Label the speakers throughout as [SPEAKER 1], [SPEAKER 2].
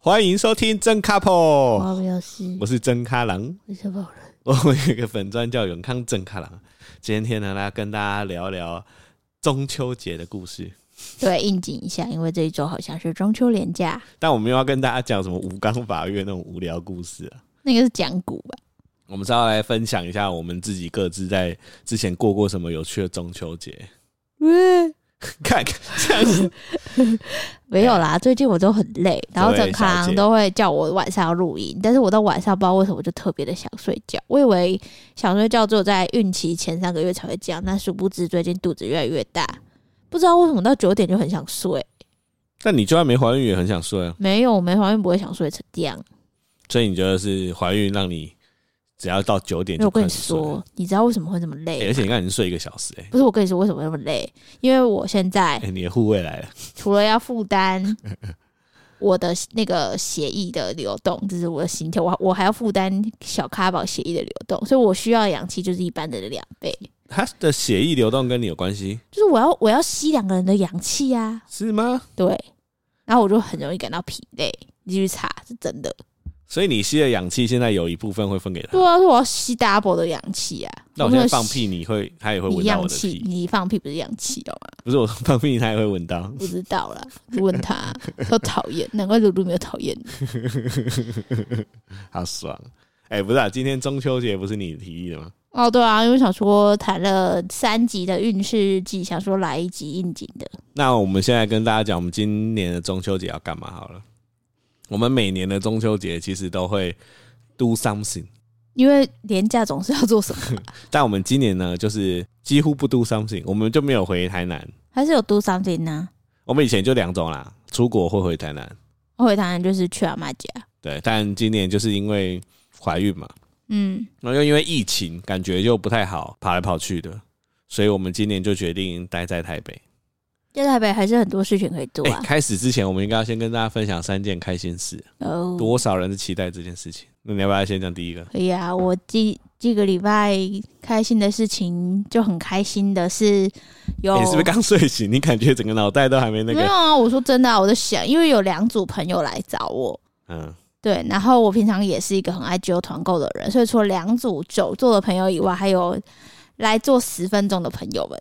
[SPEAKER 1] 欢迎收听真 couple，
[SPEAKER 2] 我没有事，
[SPEAKER 1] 我是真咖郎，
[SPEAKER 2] 我是某人。
[SPEAKER 1] 我们有一个粉砖叫永康正咖郎。今天呢，来跟大家聊聊中秋节的故事。
[SPEAKER 2] 对，应景一下，因为这一周好像是中秋连假，
[SPEAKER 1] 但我们又要跟大家讲什么吴刚法院那种无聊故事啊。
[SPEAKER 2] 那个是讲古吧？
[SPEAKER 1] 我们是要来分享一下我们自己各自在之前过过什么有趣的中秋节。
[SPEAKER 2] 嗯，
[SPEAKER 1] 看，这样子
[SPEAKER 2] 没有
[SPEAKER 1] 哎
[SPEAKER 2] 啦，最近我都很累，然后整
[SPEAKER 1] 小姐
[SPEAKER 2] 康都会叫我晚上要录音，但是我到晚上不知道为什么就特别的想睡觉。我以为想睡觉只有在孕期前三个月才会这样，但殊不知最近肚子越来越大，
[SPEAKER 1] 嗯
[SPEAKER 2] 不知道为什么到九点就很想睡。
[SPEAKER 1] 但你就算没怀孕也很想睡啊，
[SPEAKER 2] 没有，我没怀孕不会想睡成这样。
[SPEAKER 1] 所以你觉得是怀孕让你只要到九点
[SPEAKER 2] 因为
[SPEAKER 1] 就
[SPEAKER 2] 我跟你
[SPEAKER 1] 开始睡了
[SPEAKER 2] 说，你知道为什么会这么累
[SPEAKER 1] 欸
[SPEAKER 2] 吗？
[SPEAKER 1] 而且你看你睡一个小时、欸，哎、
[SPEAKER 2] 不是我跟你说为什么会那么累，因为我现在
[SPEAKER 1] 你的护卫来了，
[SPEAKER 2] 除了要负担我的那个协议的流动，就是我的心跳，我我还要负担小咖宝协议的流动，所以我需要氧气就是一般的两倍，
[SPEAKER 1] 他的血液流动跟你有关系
[SPEAKER 2] 就是我要我要吸两个人的氧气啊，
[SPEAKER 1] 是吗？
[SPEAKER 2] 对，然后我就很容易感到疲累。你继续查是真的，
[SPEAKER 1] 所以你吸的氧气现在有一部分会分给他
[SPEAKER 2] 对，啊，是我要吸 double 的氧气啊。
[SPEAKER 1] 那我
[SPEAKER 2] 没
[SPEAKER 1] 现
[SPEAKER 2] 有
[SPEAKER 1] 在放
[SPEAKER 2] 吸
[SPEAKER 1] 屁，你会他也会
[SPEAKER 2] 你
[SPEAKER 1] 闻到我
[SPEAKER 2] 氧
[SPEAKER 1] 的
[SPEAKER 2] 气，
[SPEAKER 1] 屁，
[SPEAKER 2] 你放屁不是氧气哦，
[SPEAKER 1] 不是我 放屁，他也会闻到。
[SPEAKER 2] 不知道啦，问他，都讨厌，难怪露露没有讨厌你。
[SPEAKER 1] 好爽！哎、不是啊，今天中秋节不是你提议的吗？
[SPEAKER 2] 哦，对啊，因为想说谈了三集的运势日记，想说来一集应景的。
[SPEAKER 1] 那我们现在跟大家讲，我们今年的中秋节要干嘛好了。我们每年的中秋节其实都会 do something，
[SPEAKER 2] 因为廉价总是要做什么吧，
[SPEAKER 1] 但我们今年呢，就是几乎不 do something，我们就没有回台南。
[SPEAKER 2] 还是有 do something 呢、
[SPEAKER 1] 我们以前就两种啦，出国或回台南。
[SPEAKER 2] 我回当然就是去阿妈家，
[SPEAKER 1] 对，但今年就是因为怀孕嘛，
[SPEAKER 2] 嗯，
[SPEAKER 1] 然后又因为疫情，感觉又不太好，跑来跑去的，所以我们今年就决定待在台北。
[SPEAKER 2] 在台北还是很多事情可以做
[SPEAKER 1] 哎、
[SPEAKER 2] 啊。
[SPEAKER 1] 开始之前，我们应该要先跟大家分享三件开心事。
[SPEAKER 2] 哦、
[SPEAKER 1] 哎多少人是期待这件事情？那你要不要先讲第一个？
[SPEAKER 2] 可以啊，我这这个礼拜开心的事情就很开心的是有，
[SPEAKER 1] 哎你、是不是刚睡醒？你感觉整个脑袋都还没那
[SPEAKER 2] 没
[SPEAKER 1] 个？
[SPEAKER 2] 有啊？我说真的、啊，我在想，因为有两组朋友来找我，
[SPEAKER 1] 嗯，
[SPEAKER 2] 对，然后我平常也是一个很爱揪团购的人，所以除了两组久坐的朋友以外，还有来做十分钟的朋友们，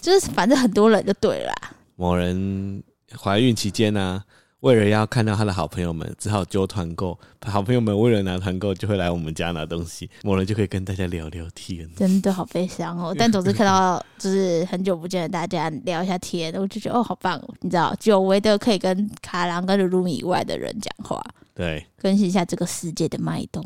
[SPEAKER 2] 就是反正很多人就对了啦。
[SPEAKER 1] 某人怀孕期间呢、啊为了要看到他的好朋友们，只好揪团购。好朋友们为了拿团购，就会来我们家拿东西。某人就可以跟大家聊聊天。
[SPEAKER 2] 真的好悲伤哦。但总之看到就是很久不见的大家聊一下天，我就觉得哦好棒哦，你知道，久违的可以跟卡郎跟卢米以外的人讲话，
[SPEAKER 1] 对，
[SPEAKER 2] 更新一下这个世界的脉动。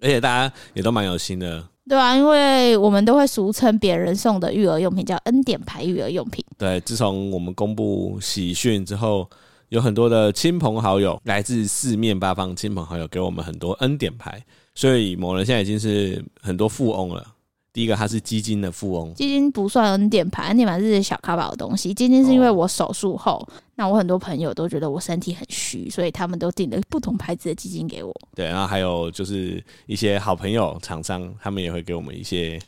[SPEAKER 1] 而且大家也都蛮有心的。
[SPEAKER 2] 对啊，因为我们都会俗称别人送的育儿用品叫恩典牌育儿用品。
[SPEAKER 1] 对，自从我们公布喜讯之后，有很多的亲朋好友，来自四面八方亲朋好友，给我们很多恩典牌。所以某人现在已经是很多富翁了。第一个，他是基金的富翁，
[SPEAKER 2] 基金不算恩典牌，恩典牌是小咖宝的东西。基金是因为我手术后，那我很多朋友都觉得我身体很虚，所以他们都订了不同牌子的基金给我。
[SPEAKER 1] 对，然后还有就是一些好朋友、厂商，他们也会给我们一些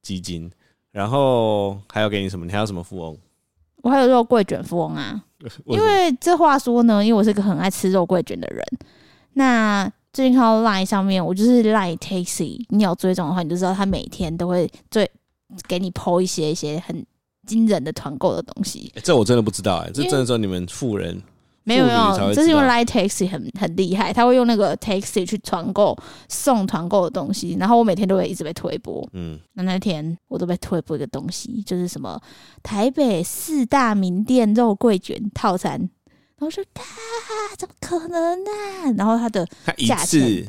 [SPEAKER 1] 基金。然后还要给你什么？你还有什么富翁？
[SPEAKER 2] 我还有肉桂卷富翁啊，
[SPEAKER 1] 为
[SPEAKER 2] 因为这话说呢，因为我是个很爱吃肉桂卷的人。那最近看到 Line 上面，我就是 Line Taxi，你有追踪的话，你就知道他每天都会最给你抛一些一些很惊人的团购的东西。
[SPEAKER 1] 诶这我真的不知道哎、这
[SPEAKER 2] 因为
[SPEAKER 1] 真的只有你们富人
[SPEAKER 2] 没有没
[SPEAKER 1] 妇女才会
[SPEAKER 2] 有，这是
[SPEAKER 1] 知
[SPEAKER 2] 因为
[SPEAKER 1] 道
[SPEAKER 2] Line Taxi 很很厉害，他会用那个 Taxi 去团购送团购的东西，然后我每天都会一直被推播。
[SPEAKER 1] 嗯，
[SPEAKER 2] 那那天我都被推播一个东西，就是什么台北四大名店肉桂卷套餐，然后我说啊，怎么可能呢、然后他的
[SPEAKER 1] 他一
[SPEAKER 2] 价
[SPEAKER 1] 次
[SPEAKER 2] 钱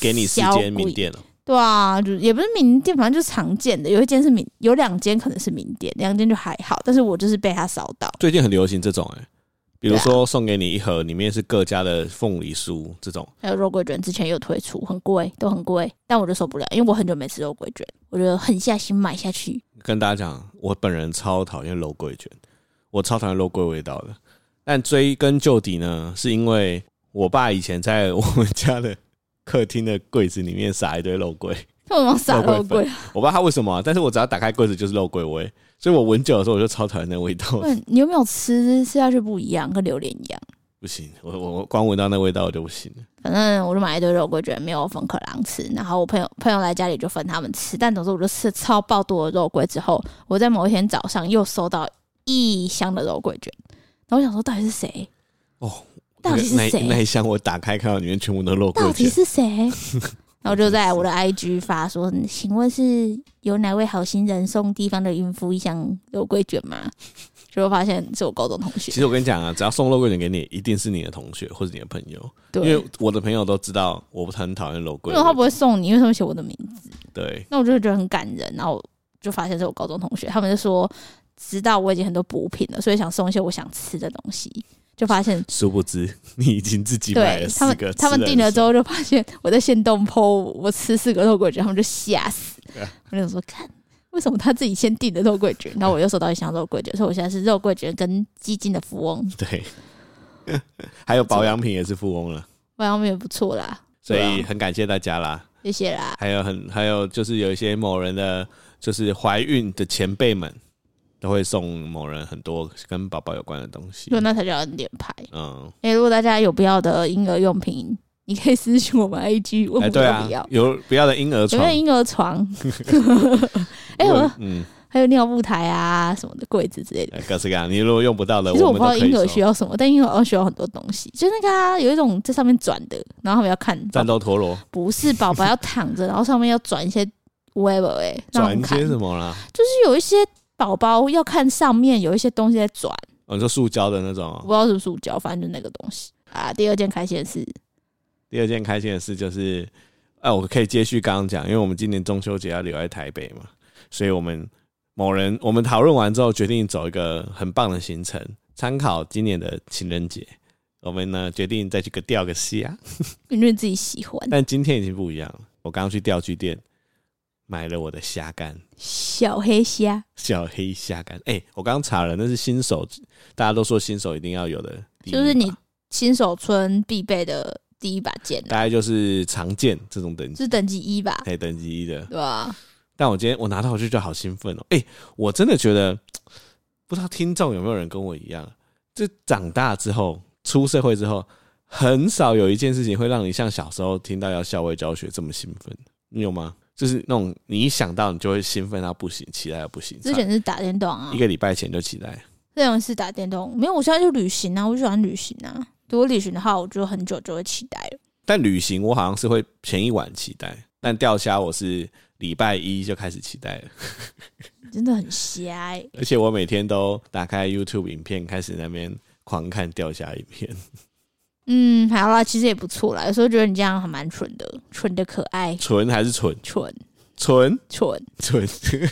[SPEAKER 1] 给你四
[SPEAKER 2] 小
[SPEAKER 1] 间名
[SPEAKER 2] 贵
[SPEAKER 1] 店哦了、
[SPEAKER 2] 对啊，就也不是名店，反正就是常见的，有一间是名，有两间可能是名店，两间就还好，但是我就是被他扫到。
[SPEAKER 1] 最近很流行这种哎、比如
[SPEAKER 2] 对啊
[SPEAKER 1] 说送给你一盒，里面是各家的凤梨酥这种。
[SPEAKER 2] 还有肉桂卷，之前也有推出，很贵，都很贵，但我就受不了，因为我很久没吃肉桂卷，我就狠下心买下去。
[SPEAKER 1] 跟大家讲，我本人超讨厌肉桂卷，我超讨厌肉桂味道的。但追根究底呢，是因为我爸以前在我们家的客厅的柜子里面撒一堆肉桂，
[SPEAKER 2] 为什么撒肉桂？
[SPEAKER 1] 我不知道他为什么啊、但是我只要打开柜子就是肉桂味，所以我闻久的时候我就超讨厌那味道。
[SPEAKER 2] 嗯，你有没有吃？吃下去不一样，跟榴莲一样。
[SPEAKER 1] 不行，我我我光闻到那味道我就不行了。
[SPEAKER 2] 反正我就买一堆肉桂卷，没有分可郎吃。然后我朋友朋友来家里就分他们吃，但总之我就吃超爆多的肉桂。之后我在某一天早上又收到一箱的肉桂卷，然后我想说到底是谁？
[SPEAKER 1] 哦，
[SPEAKER 2] 到底是
[SPEAKER 1] 那个
[SPEAKER 2] 谁
[SPEAKER 1] 那那一箱我打开看到里面全部都肉桂
[SPEAKER 2] 到底
[SPEAKER 1] 卷，
[SPEAKER 2] 是谁？ 然后就在我的 IG 发说，嗯请问是有哪位好心人送地方的孕妇一箱肉桂卷吗？ 结果发现是我高中同
[SPEAKER 1] 其
[SPEAKER 2] 学，
[SPEAKER 1] 实我跟你讲啊，只要送肉桂卷给你，一定是你的同学或者你的朋友，因
[SPEAKER 2] 对，
[SPEAKER 1] 为我的朋友都知道我不很讨厌肉桂
[SPEAKER 2] 因为
[SPEAKER 1] 味。
[SPEAKER 2] 他不会送你，因为他们写我的名字，
[SPEAKER 1] 对，
[SPEAKER 2] 那我就觉得很感人。然后就发现是我高中同学，他们就说知道我已经很多补品了，所以想送一些我想吃的东西，就发现
[SPEAKER 1] 殊不知你已经自己买
[SPEAKER 2] 对
[SPEAKER 1] 了
[SPEAKER 2] 他
[SPEAKER 1] 四个
[SPEAKER 2] 们，他们订了之
[SPEAKER 1] 后，
[SPEAKER 2] 后就发现我在现动 PO 我吃四个肉桂卷，他们就吓死
[SPEAKER 1] 对啊。
[SPEAKER 2] 我就想说，看为什么他自己先订的肉桂卷，然后我又收到一箱肉桂卷，所以我现在是肉桂卷跟基金的富翁，
[SPEAKER 1] 对， 还有保养品也是富翁了，
[SPEAKER 2] 外面也不错啦，
[SPEAKER 1] 所
[SPEAKER 2] 对
[SPEAKER 1] 以
[SPEAKER 2] 啊
[SPEAKER 1] 很感谢大家啦。
[SPEAKER 2] 谢谢 啦。
[SPEAKER 1] 还有很还有就是有一些某人的，就是怀孕的前辈们都会送某人很多跟宝宝有关的东西
[SPEAKER 2] 就。那才叫恩典牌。
[SPEAKER 1] 嗯，
[SPEAKER 2] 哎、如果大家有不要的婴儿用品，你可以私信我们 IG 问
[SPEAKER 1] 哎，
[SPEAKER 2] 我
[SPEAKER 1] 对
[SPEAKER 2] 要
[SPEAKER 1] 啊
[SPEAKER 2] 不要，。
[SPEAKER 1] 有不要的婴儿
[SPEAKER 2] 有
[SPEAKER 1] 床
[SPEAKER 2] 没有，婴儿 床？哎、
[SPEAKER 1] 如果
[SPEAKER 2] 我
[SPEAKER 1] 嗯，
[SPEAKER 2] 还有尿布台啊什么的柜子之类的。
[SPEAKER 1] 哎各式各样，你如果用不到的，
[SPEAKER 2] 其实我
[SPEAKER 1] 我
[SPEAKER 2] 不
[SPEAKER 1] 们
[SPEAKER 2] 知道
[SPEAKER 1] 都可以
[SPEAKER 2] 婴儿需
[SPEAKER 1] 收。
[SPEAKER 2] 要什么，但婴儿好像需要很多东西，就那个、啊、有一种在上面转的，然后他们要看，哦
[SPEAKER 1] 战斗陀螺
[SPEAKER 2] 不是宝宝要躺 着，然后上面要转一些 web 哎、欸，让
[SPEAKER 1] 转
[SPEAKER 2] 我们
[SPEAKER 1] 一
[SPEAKER 2] 看
[SPEAKER 1] 些
[SPEAKER 2] 就是
[SPEAKER 1] 什么啦？
[SPEAKER 2] 有一些宝宝要看上面有一些东西在转，
[SPEAKER 1] 哦，你说塑胶的那种
[SPEAKER 2] 我
[SPEAKER 1] 哦。
[SPEAKER 2] 不知道是不是塑胶，反正就那个东西啊。第二件开心的事，
[SPEAKER 1] 第二件开心的事就是，哎，我可以接续刚刚讲，因为我们今年中秋节要留在台北嘛，所以我们某人我们讨论完之后，决定走一个很棒的行程，参考今年的情人节。我们呢决定再去个钓个虾，
[SPEAKER 2] 因为自己喜欢
[SPEAKER 1] 但今天已经不一样了。我刚刚去钓具店买了我的虾干，
[SPEAKER 2] 小黑虾，
[SPEAKER 1] 小黑虾干。哎、我刚刚查了，那是新手，大家都说新手一定要有的第一把，
[SPEAKER 2] 就是你新手村必备的第一把剑啊、
[SPEAKER 1] 大概就是常见这种等级，
[SPEAKER 2] 是等级一吧？
[SPEAKER 1] 可以等级一的。
[SPEAKER 2] 对吧、
[SPEAKER 1] 但我今天我拿到我就觉得好兴奋哦！哎、我真的觉得，不知道听众有没有人跟我一样，就长大之后、出社会之后，很少有一件事情会让你像小时候听到要校外教学这么兴奋，你有吗？就是那种你一想到你就会兴奋到不行，期待到不行。
[SPEAKER 2] 之前是打电动啊，
[SPEAKER 1] 一个礼拜前就期待，
[SPEAKER 2] 这种是打电动，没有，我现在就旅行啊，我就喜欢旅行啊。如果旅行的话，我就很久就会期待了。
[SPEAKER 1] 但旅行我好像是会前一晚期待，但钓虾我是礼拜一就开始期待了，
[SPEAKER 2] 真的很瞎哎、
[SPEAKER 1] 而且我每天都打开 YouTube 影片，开始那边狂看钓虾影片。
[SPEAKER 2] 嗯，好啦，其实也不错啦。有时候觉得你这样还蛮蠢的，蠢的可爱，
[SPEAKER 1] 纯还是蠢？
[SPEAKER 2] 蠢
[SPEAKER 1] 蠢
[SPEAKER 2] 蠢。
[SPEAKER 1] 蠢。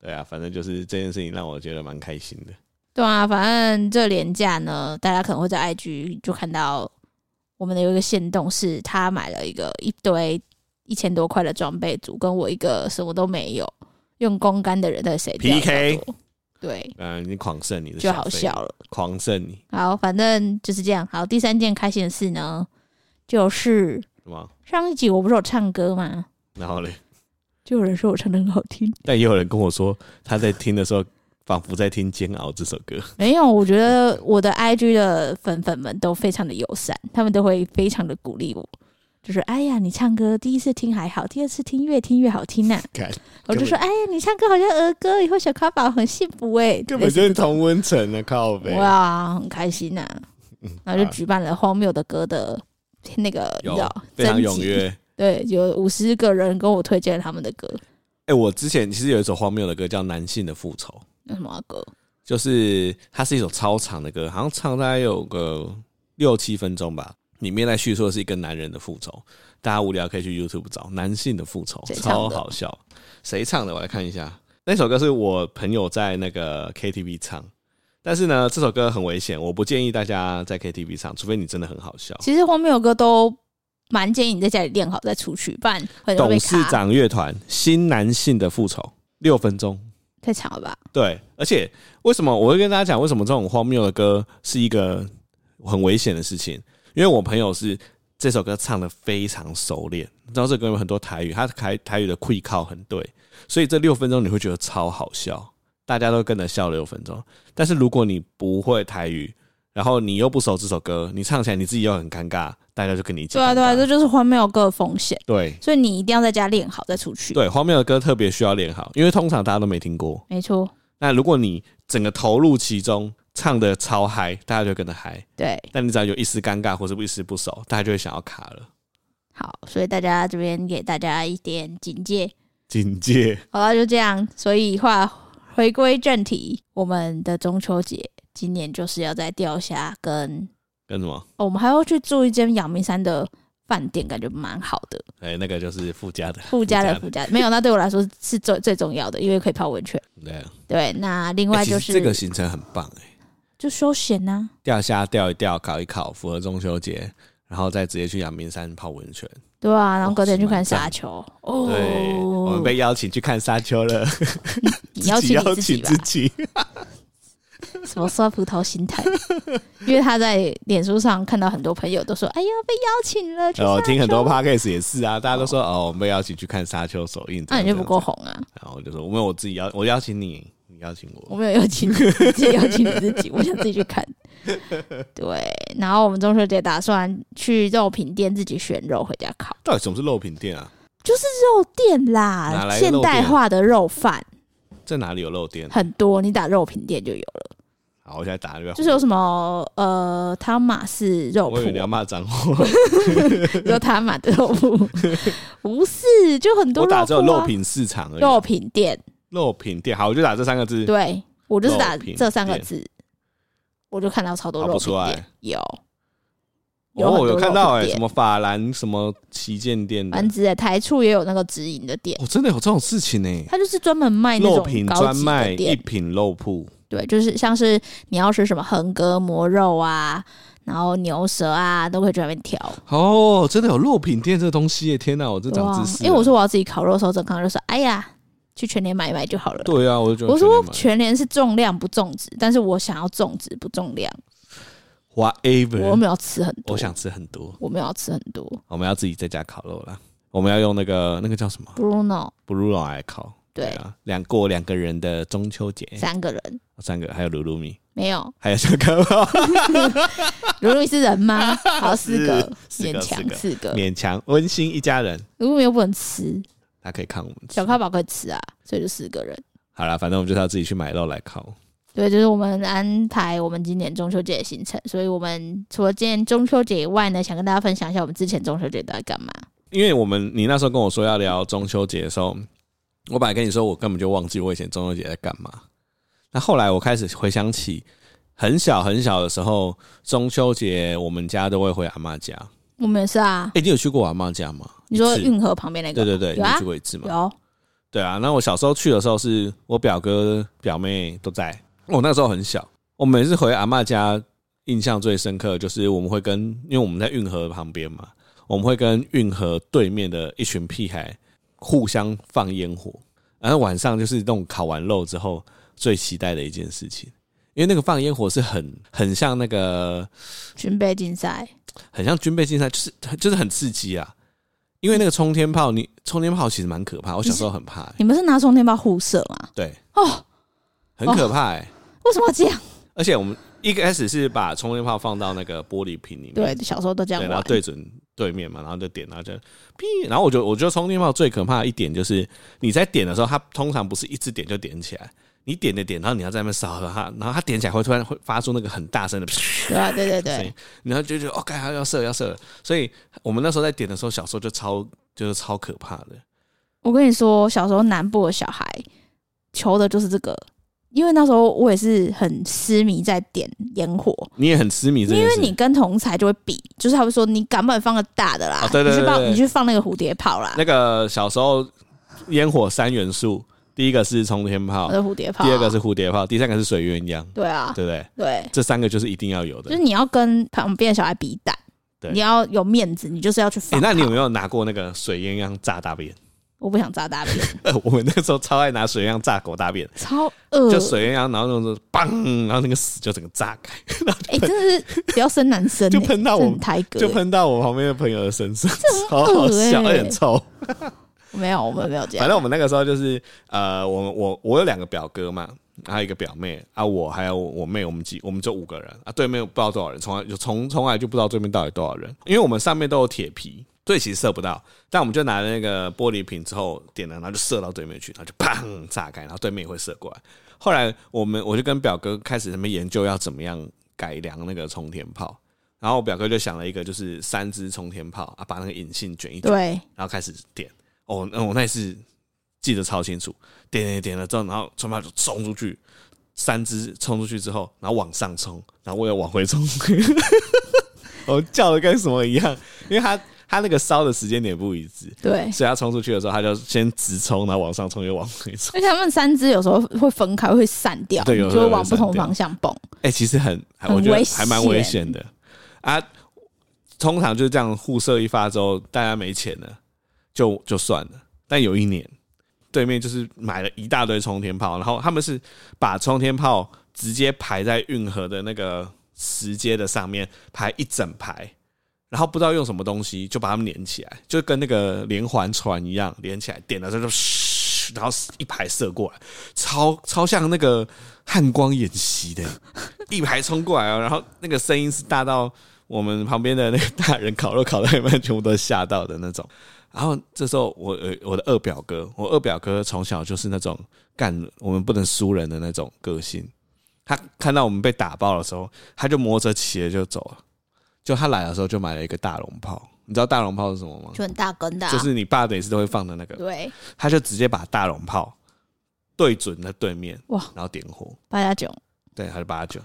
[SPEAKER 1] 对啊，反正就是这件事情让我觉得蛮开心的。
[SPEAKER 2] 对啊，反正这廉价呢，大家可能会在 IG 就看到我们的有一个线动，是他买了一个一堆一千多块的装备组，跟我一个什么都没有用公杆的人的谁掉得
[SPEAKER 1] PK
[SPEAKER 2] 多对，
[SPEAKER 1] 嗯，你狂胜你的
[SPEAKER 2] 就
[SPEAKER 1] 小
[SPEAKER 2] 好
[SPEAKER 1] 费
[SPEAKER 2] 笑，了。
[SPEAKER 1] 狂胜你，
[SPEAKER 2] 好，反正就是这样。好，第三件开心的事呢，就是
[SPEAKER 1] 是吗？
[SPEAKER 2] 上一集我不是有唱歌吗？
[SPEAKER 1] 然后嘞，
[SPEAKER 2] 就有人说我唱的很好听，
[SPEAKER 1] 但也有人跟我说，他在听的时候，仿佛在听《煎熬》这首 歌。
[SPEAKER 2] 没有，我觉得我的 IG 的粉粉们都非常的友善，他们都会非常的鼓励我，就是哎呀，你唱歌第一次听还好，第二次听越听越好听呐、
[SPEAKER 1] 看，
[SPEAKER 2] 我就
[SPEAKER 1] 根本
[SPEAKER 2] 说哎呀，你唱歌好像儿歌，以后小咖宝很幸福哎、
[SPEAKER 1] 根本就是同温层的靠背。
[SPEAKER 2] 哇，很开心呐、
[SPEAKER 1] 嗯
[SPEAKER 2] 然后就
[SPEAKER 1] 啊
[SPEAKER 2] 举办了荒谬的歌的那个，你
[SPEAKER 1] 有
[SPEAKER 2] 知道，
[SPEAKER 1] 非常
[SPEAKER 2] 征
[SPEAKER 1] 踊
[SPEAKER 2] 集
[SPEAKER 1] 跃。
[SPEAKER 2] 对，有五十个人跟我推荐他们的歌，
[SPEAKER 1] 哎、我之前其实有一首荒谬的歌叫《男性的复仇》，
[SPEAKER 2] 那什么啊歌？
[SPEAKER 1] 就是它是一首超长的歌，好像唱大概有个六七分钟吧。里面在叙述的是一个男人的复仇，大家无聊可以去 YouTube 找男性的复仇，
[SPEAKER 2] 谁唱
[SPEAKER 1] 超
[SPEAKER 2] 的
[SPEAKER 1] 好笑。谁唱的？我来看一下，那首歌是我朋友在那个 KTV 唱，但是呢，这首歌很危险，我不建议大家在 KTV 唱，除非你真的很好笑。
[SPEAKER 2] 其实荒谬的歌都蛮建议你在家里练好再出去，不然很容易
[SPEAKER 1] 董
[SPEAKER 2] 被
[SPEAKER 1] 事
[SPEAKER 2] 卡。
[SPEAKER 1] 长乐团新男性的复仇，六分钟。
[SPEAKER 2] 太长了吧？
[SPEAKER 1] 对，而且为什么我会跟大家讲，为什么这种荒谬的歌是一个很危险的事情？因为我朋友是这首歌唱的非常熟练，你知道这歌有很多台语，他台台语的会靠很对，所以这六分钟你会觉得超好笑，大家都跟着笑六分钟。但是如果你不会台语，然后你又不熟这首歌，你唱起来你自己又很尴尬，大家就跟你一起
[SPEAKER 2] 对啊，
[SPEAKER 1] 尴
[SPEAKER 2] 对啊，
[SPEAKER 1] 尬
[SPEAKER 2] 这就是荒谬歌的风险，
[SPEAKER 1] 对
[SPEAKER 2] 所以你一定要在家练好再出去。，
[SPEAKER 1] 对，荒谬的歌特别需要练好，因为通常大家都没听过。
[SPEAKER 2] 没错，
[SPEAKER 1] 那如果你整个投入其中，唱的超嗨，大家就会跟着嗨；
[SPEAKER 2] 对，
[SPEAKER 1] 但你只要有一丝尴尬或是一丝不熟，大家就会想要卡了。
[SPEAKER 2] 好，所以大家这边给大家一点警戒。
[SPEAKER 1] 警戒，
[SPEAKER 2] 好了，就这样。所以话回归正题，我们的中秋节今年就是要在钓虾跟、
[SPEAKER 1] 跟什么？
[SPEAKER 2] 哦我们还要去住一间阳明山的饭店，感觉蛮好的，
[SPEAKER 1] 哎、那个就是附加的，
[SPEAKER 2] 附加的
[SPEAKER 1] 附
[SPEAKER 2] 附加的没有，那对我来说是最最重要的，因为可以泡温泉。
[SPEAKER 1] 对。
[SPEAKER 2] 对，啊那另
[SPEAKER 1] 哎
[SPEAKER 2] 外
[SPEAKER 1] 其
[SPEAKER 2] 就
[SPEAKER 1] 实
[SPEAKER 2] 是、
[SPEAKER 1] 这个行程很棒哎、
[SPEAKER 2] 就休闲啊呐、
[SPEAKER 1] 钓虾钓一钓，烤一烤，符合中秋节，然后再直接去阳明山泡温泉。
[SPEAKER 2] 对啊，然后
[SPEAKER 1] 哦
[SPEAKER 2] 隔天
[SPEAKER 1] 是
[SPEAKER 2] 去
[SPEAKER 1] 蛮
[SPEAKER 2] 看
[SPEAKER 1] 赞
[SPEAKER 2] 沙
[SPEAKER 1] 的
[SPEAKER 2] 丘
[SPEAKER 1] 对，我
[SPEAKER 2] 哦
[SPEAKER 1] 们，被邀请去看沙丘了，
[SPEAKER 2] 你邀
[SPEAKER 1] 自己
[SPEAKER 2] 请你
[SPEAKER 1] 邀请
[SPEAKER 2] 自己哦吧
[SPEAKER 1] 自，己。
[SPEAKER 2] 什么酸葡萄心态？因为他在脸书上看到很多朋友都说：“哎呀，被邀请了。去
[SPEAKER 1] 然后
[SPEAKER 2] 沙
[SPEAKER 1] 哦听很多
[SPEAKER 2] 丘
[SPEAKER 1] podcast 也是啊，大家都说哦，我们被邀请去看沙丘首映，
[SPEAKER 2] 那你就不够
[SPEAKER 1] 够。
[SPEAKER 2] 红啊！
[SPEAKER 1] 然后我就说，因为我自己邀，我邀请你，你邀请我
[SPEAKER 2] 我。没有邀请你，自己邀请你自己，我想自己 去看。对，然后我们中秋节打算去肉品店自己选肉回家烤，
[SPEAKER 1] 到底什么是肉品店啊？
[SPEAKER 2] 就是肉店
[SPEAKER 1] 哪
[SPEAKER 2] 啦，
[SPEAKER 1] 来的
[SPEAKER 2] 现
[SPEAKER 1] 肉
[SPEAKER 2] 代
[SPEAKER 1] 店
[SPEAKER 2] 化的肉饭
[SPEAKER 1] 在哪里有肉店？
[SPEAKER 2] 很多，你打肉品店就有
[SPEAKER 1] 哦
[SPEAKER 2] 了，
[SPEAKER 1] 好，我现在打那个，
[SPEAKER 2] 就是有什么呃汤马士肉
[SPEAKER 1] 我以为你要
[SPEAKER 2] 铺，啊
[SPEAKER 1] 骂脏话，
[SPEAKER 2] 你说汤马的肉铺， 不是，就很多
[SPEAKER 1] 我
[SPEAKER 2] 肉铺、啊
[SPEAKER 1] 打、只有肉品市场而已。
[SPEAKER 2] 肉品店，
[SPEAKER 1] 肉品店，好，我就打这三个字。
[SPEAKER 2] 对我就是打
[SPEAKER 1] 肉品
[SPEAKER 2] 这三个
[SPEAKER 1] 店
[SPEAKER 2] 字，我就看到超多
[SPEAKER 1] 打
[SPEAKER 2] 肉
[SPEAKER 1] 不
[SPEAKER 2] 品
[SPEAKER 1] 出来
[SPEAKER 2] 店有。
[SPEAKER 1] 哦，我有看到哎、
[SPEAKER 2] 哎、
[SPEAKER 1] 什么法兰什么旗舰店的
[SPEAKER 2] 蛮，值的。欸台处也有那个直营的店，
[SPEAKER 1] 哦，真的有这种事情呢、欸
[SPEAKER 2] 它就是专门卖那
[SPEAKER 1] 肉
[SPEAKER 2] 种
[SPEAKER 1] 品
[SPEAKER 2] 高
[SPEAKER 1] 专
[SPEAKER 2] 级
[SPEAKER 1] 卖
[SPEAKER 2] 的
[SPEAKER 1] 一
[SPEAKER 2] 店，
[SPEAKER 1] 品肉铺，
[SPEAKER 2] 对，就是像是你要吃什么横膈膜肉啊，然后牛舌啊，都可以去那边挑。
[SPEAKER 1] 哦，真的有肉品店这个东西耶！天哪，我真长
[SPEAKER 2] 哇
[SPEAKER 1] 知！识了。
[SPEAKER 2] 哎因为我说我要自己烤肉的时候，郑康就说：“哎呀，去全年买一买就好了。”
[SPEAKER 1] 对啊，我就觉得
[SPEAKER 2] 我说
[SPEAKER 1] 全年买
[SPEAKER 2] 全年是重量不重质，但是我想要重质不重量，我
[SPEAKER 1] whatever，
[SPEAKER 2] 没有吃很多，
[SPEAKER 1] 我想吃很多，
[SPEAKER 2] 我没有吃很多。
[SPEAKER 1] 我们要自己在家烤肉啦。我们要用那个那个叫什么
[SPEAKER 2] Bruno
[SPEAKER 1] Bruno 来烤。
[SPEAKER 2] 对
[SPEAKER 1] 啊，两过两个人的中秋节，
[SPEAKER 2] 三个人
[SPEAKER 1] 三个还有鲁鲁米，
[SPEAKER 2] 没有，
[SPEAKER 1] 还有小可 宝，
[SPEAKER 2] 卢露是 人吗？好，四个
[SPEAKER 1] 四
[SPEAKER 2] 勉
[SPEAKER 1] 个
[SPEAKER 2] 强
[SPEAKER 1] 四个
[SPEAKER 2] 四个，
[SPEAKER 1] 勉强温馨一家人，
[SPEAKER 2] 卢露又不能吃，
[SPEAKER 1] 他可以看我们吃。
[SPEAKER 2] 小咖宝可以吃啊，所以就四个人。
[SPEAKER 1] 好啦，反正我们就是要自己去买肉来烤。
[SPEAKER 2] 对，就是我们安排我们今年中秋节的行程，所以我们除了今年中秋节以外呢，想跟大家分享一下我们之前中秋节都在干嘛。
[SPEAKER 1] 因为我们你那时候跟我说要聊中秋节的时候，我本来跟你说我根本就忘记我以前中秋节在干嘛。那后来我开始回想起，很小很小的时候，中秋节我们家都会回阿妈家。
[SPEAKER 2] 我们也是啊，
[SPEAKER 1] 哎、你有去过我阿妈家吗？
[SPEAKER 2] 你说
[SPEAKER 1] 一次
[SPEAKER 2] 运河旁边那个
[SPEAKER 1] 对
[SPEAKER 2] 吗，
[SPEAKER 1] 对对，
[SPEAKER 2] 有
[SPEAKER 1] 你有
[SPEAKER 2] 啊
[SPEAKER 1] 去，过一次吗？
[SPEAKER 2] 有，
[SPEAKER 1] 对啊，那我小时候去的时候，是我表哥表妹都在。我那时候很小，我每次回阿嬷家，印象最深刻的就是我们会跟，因为我们在运河旁边嘛，我们会跟运河对面的一群屁孩互相放烟火，然后晚上就是那种烤完肉之后最期待的一件事情，因为那个放烟火是很很像那个
[SPEAKER 2] 军备竞赛，
[SPEAKER 1] 很像军备竞赛，就是就是很刺激啊。因为那个冲天炮，你冲天炮其实蛮可怕，我小时候很怕、欸
[SPEAKER 2] 你们是拿冲天炮互射吗？
[SPEAKER 1] 对，
[SPEAKER 2] 哦，
[SPEAKER 1] 很可怕哎、
[SPEAKER 2] 为什么要这样？
[SPEAKER 1] 而且我们一开始是把充电炮放到那个玻璃瓶里面，
[SPEAKER 2] 对，小时候都这样
[SPEAKER 1] 对，然
[SPEAKER 2] 玩
[SPEAKER 1] 后，对准对面嘛，然后就点，然后就哔，然后我觉得我觉得充电炮最可怕的一点就是你在点的时候，它通常不是一直点就点起来，你点着点，然后你要在那边扫它，然后它点起来会突然会发出那个很大声的
[SPEAKER 2] 对啊，对对
[SPEAKER 1] 声
[SPEAKER 2] 对
[SPEAKER 1] 音，，然后就觉得哦，该要要射了要射了，所以我们那时候在点的时候，小时候就超就是超可怕的，
[SPEAKER 2] 我跟你说，小时候南部的小孩求的就是这个，因为那时候我也是很痴迷在点烟火，
[SPEAKER 1] 你也很痴迷这
[SPEAKER 2] 因
[SPEAKER 1] 件
[SPEAKER 2] 为
[SPEAKER 1] 事，
[SPEAKER 2] 你跟同才就会比，就是他会说你敢不敢放个大的啦，
[SPEAKER 1] 啊对对
[SPEAKER 2] 你去
[SPEAKER 1] 对
[SPEAKER 2] 放
[SPEAKER 1] 对
[SPEAKER 2] 你去放那个蝴蝶炮啦，
[SPEAKER 1] 那个小时候烟火三元素，第一个是冲天炮
[SPEAKER 2] 我，的蝴蝶炮
[SPEAKER 1] 哦
[SPEAKER 2] 啊、
[SPEAKER 1] 第二个是蝴蝶炮，第三个是水鸳鸯，
[SPEAKER 2] 对啊，
[SPEAKER 1] 对不对？
[SPEAKER 2] 对，
[SPEAKER 1] 这三个就是一定要有
[SPEAKER 2] 就是
[SPEAKER 1] 的。
[SPEAKER 2] 你要跟旁边的小孩比胆，
[SPEAKER 1] 对
[SPEAKER 2] 你要有面子，你就是要去
[SPEAKER 1] 诶
[SPEAKER 2] 放炮、
[SPEAKER 1] 那你有没有拿过那个水鸳鸯炸大便？
[SPEAKER 2] 我不想炸大便，
[SPEAKER 1] 我们那时候超爱拿水鸳鸯炸狗大便，
[SPEAKER 2] 超恶，
[SPEAKER 1] 就水鸳鸯，然后那种砰，然后那个屎就整个炸开，
[SPEAKER 2] 哎、真的是不要生男 生、欸，
[SPEAKER 1] 就喷到我
[SPEAKER 2] 真的很胎格、
[SPEAKER 1] 就喷到我旁边的朋友的身上，超
[SPEAKER 2] 很恶
[SPEAKER 1] 好笑，
[SPEAKER 2] 欸
[SPEAKER 1] 而且很臭。
[SPEAKER 2] 没有，我们没有这
[SPEAKER 1] 反
[SPEAKER 2] 样，
[SPEAKER 1] 正我们那个时候就是，呃，我我我有两个表哥嘛，还有一个表妹啊，我还有我妹，我们几我们就五个人啊，对面不知道多少人，从来就从从来就不知道对面到底多少人，因为我们上面都有铁皮，所以其实射不到，但我们就拿了那个玻璃瓶之后点了，然后就射到对面去，然后就砰炸开，然后对面也会射过来。后来我们我就跟表哥开始他们研究要怎么样改良那个冲天炮，然后我表哥就想了一个，就是三支冲天炮啊，把那个引信卷一卷，
[SPEAKER 2] 对，
[SPEAKER 1] 然后开始点。哦，那我那一次记得超清楚，点点点了之后，然后冲炮就冲出去，三只冲出去之后，然后往上冲，然后我也往回冲， 我叫的跟什么一样，因为他他那个烧的时间点不一致，
[SPEAKER 2] 对，
[SPEAKER 1] 所以他冲出去的时候，他就先直冲，然后往上冲又往回冲。
[SPEAKER 2] 而且他们三只有时候会分开，会散掉，
[SPEAKER 1] 对有时
[SPEAKER 2] 就
[SPEAKER 1] 候
[SPEAKER 2] 会
[SPEAKER 1] 会
[SPEAKER 2] 往不同
[SPEAKER 1] 散掉
[SPEAKER 2] 方向蹦。
[SPEAKER 1] 哎、其实很，还
[SPEAKER 2] 很
[SPEAKER 1] 我觉
[SPEAKER 2] 危
[SPEAKER 1] 得
[SPEAKER 2] 险
[SPEAKER 1] 还蛮危险的啊。通常就是这样互射一发之后，大家没钱了，就就算了。但有一年，对面就是买了一大堆冲天炮，然后他们是把冲天炮直接排在运河的那个石阶的上面，排一整排，然后不知道用什么东西就把它们连起来，就跟那个连环船一样连起来，点了之后就嘘，然后一排射过来，超超像那个汉光演习的，一排冲过来哦，然后那个声音是大到我们旁边的那个大人烤肉烤到一半，全部都吓到的那种。然后这时候我呃我的二表哥，我二表哥从小就是那种干我们不能输人的那种个性。他看到我们被打爆的时候，他就磨着起了就走了。就他来的时候就买了一个大龙炮，你知道大龙炮是什么吗？
[SPEAKER 2] 就很大根的、啊，
[SPEAKER 1] 就是你爸每次都会放的那个，
[SPEAKER 2] 对，
[SPEAKER 1] 他就直接把大龙炮对准了对面，
[SPEAKER 2] 哇，
[SPEAKER 1] 然后点火，
[SPEAKER 2] 八加九，
[SPEAKER 1] 对，还是八九。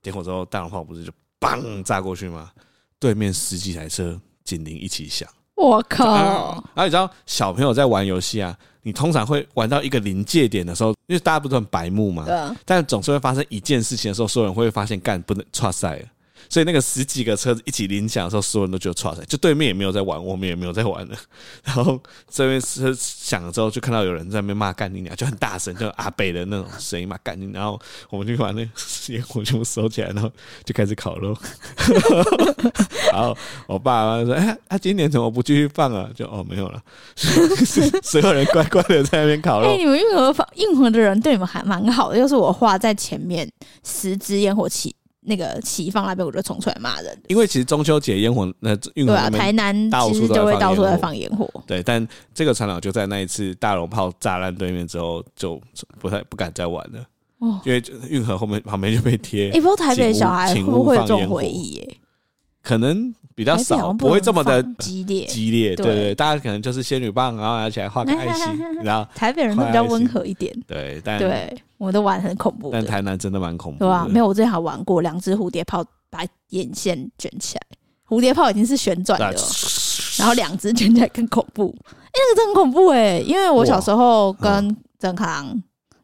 [SPEAKER 1] 点火之后，大龙炮不是就砰炸过去吗？对面十几台车警铃一起响。
[SPEAKER 2] 我
[SPEAKER 1] 啊
[SPEAKER 2] 靠！！
[SPEAKER 1] 然后你知道小朋友在玩游戏啊，你通常会玩到一个临界点的时候，因为大家不是很白目嘛，
[SPEAKER 2] 对啊，
[SPEAKER 1] 但总是会发生一件事情的时候，所有人会发现干不能岔赛了。所以那个十几个车子一起领奖的时候，所有人都觉得岔赛，就对面也没有在玩，我们也没有在玩了。 然后这边车响了之后，就看到有人在那边骂干你娘，就很大声，就阿北的那种声音嘛，干你娘。然后我们就把那个烟火全部收起来，然后就开始烤肉。 然后我爸妈说：“哎、他、今年怎么不继续放啊？”就哦，没有了， 所有人乖乖的在那边烤
[SPEAKER 2] 哎、
[SPEAKER 1] 肉。
[SPEAKER 2] 你们运河方运河的人对你们还蛮好的，要是我画在前面十支烟火起那个起放那边，我就冲出来骂人，
[SPEAKER 1] 因为其实中秋节烟火那运河
[SPEAKER 2] 对啊，
[SPEAKER 1] 那边
[SPEAKER 2] 台南
[SPEAKER 1] 到
[SPEAKER 2] 其
[SPEAKER 1] 处
[SPEAKER 2] 实
[SPEAKER 1] 都
[SPEAKER 2] 就
[SPEAKER 1] 在
[SPEAKER 2] 会
[SPEAKER 1] 放
[SPEAKER 2] 到处
[SPEAKER 1] 烟
[SPEAKER 2] 在
[SPEAKER 1] 火
[SPEAKER 2] 放烟火，
[SPEAKER 1] 对，但这个船长就在那一次大龙炮炸烂对面之后，就不太不敢再玩了，
[SPEAKER 2] 哦，
[SPEAKER 1] 因为就运河后面旁边就被贴
[SPEAKER 2] 哎、，不知道台
[SPEAKER 1] 请
[SPEAKER 2] 北
[SPEAKER 1] 勿
[SPEAKER 2] 小孩会
[SPEAKER 1] 请勿
[SPEAKER 2] 不会有
[SPEAKER 1] 放
[SPEAKER 2] 这种
[SPEAKER 1] 烟火
[SPEAKER 2] 回忆、耶
[SPEAKER 1] 可能比较
[SPEAKER 2] 台北好
[SPEAKER 1] 少，
[SPEAKER 2] 像
[SPEAKER 1] 不会
[SPEAKER 2] 能
[SPEAKER 1] 这么的
[SPEAKER 2] 放激烈，
[SPEAKER 1] 激烈。对
[SPEAKER 2] 对
[SPEAKER 1] 对，对大家可能就是仙女棒，啊然后拿起来画个爱 心，然后
[SPEAKER 2] 台北人都比较温和一点，
[SPEAKER 1] 对，但
[SPEAKER 2] 对，我们都玩很恐怖
[SPEAKER 1] 哎但
[SPEAKER 2] 的，
[SPEAKER 1] 台南真的蛮恐怖
[SPEAKER 2] 对吧、
[SPEAKER 1] 的，
[SPEAKER 2] 没有，我之前还玩过两只蝴蝶炮，把眼线卷起来，蝴蝶炮已经是旋转
[SPEAKER 1] 对啊
[SPEAKER 2] 的了。然后两只卷起来更恐怖。哎、那个真的很恐怖哎、因为我小时候跟郑康，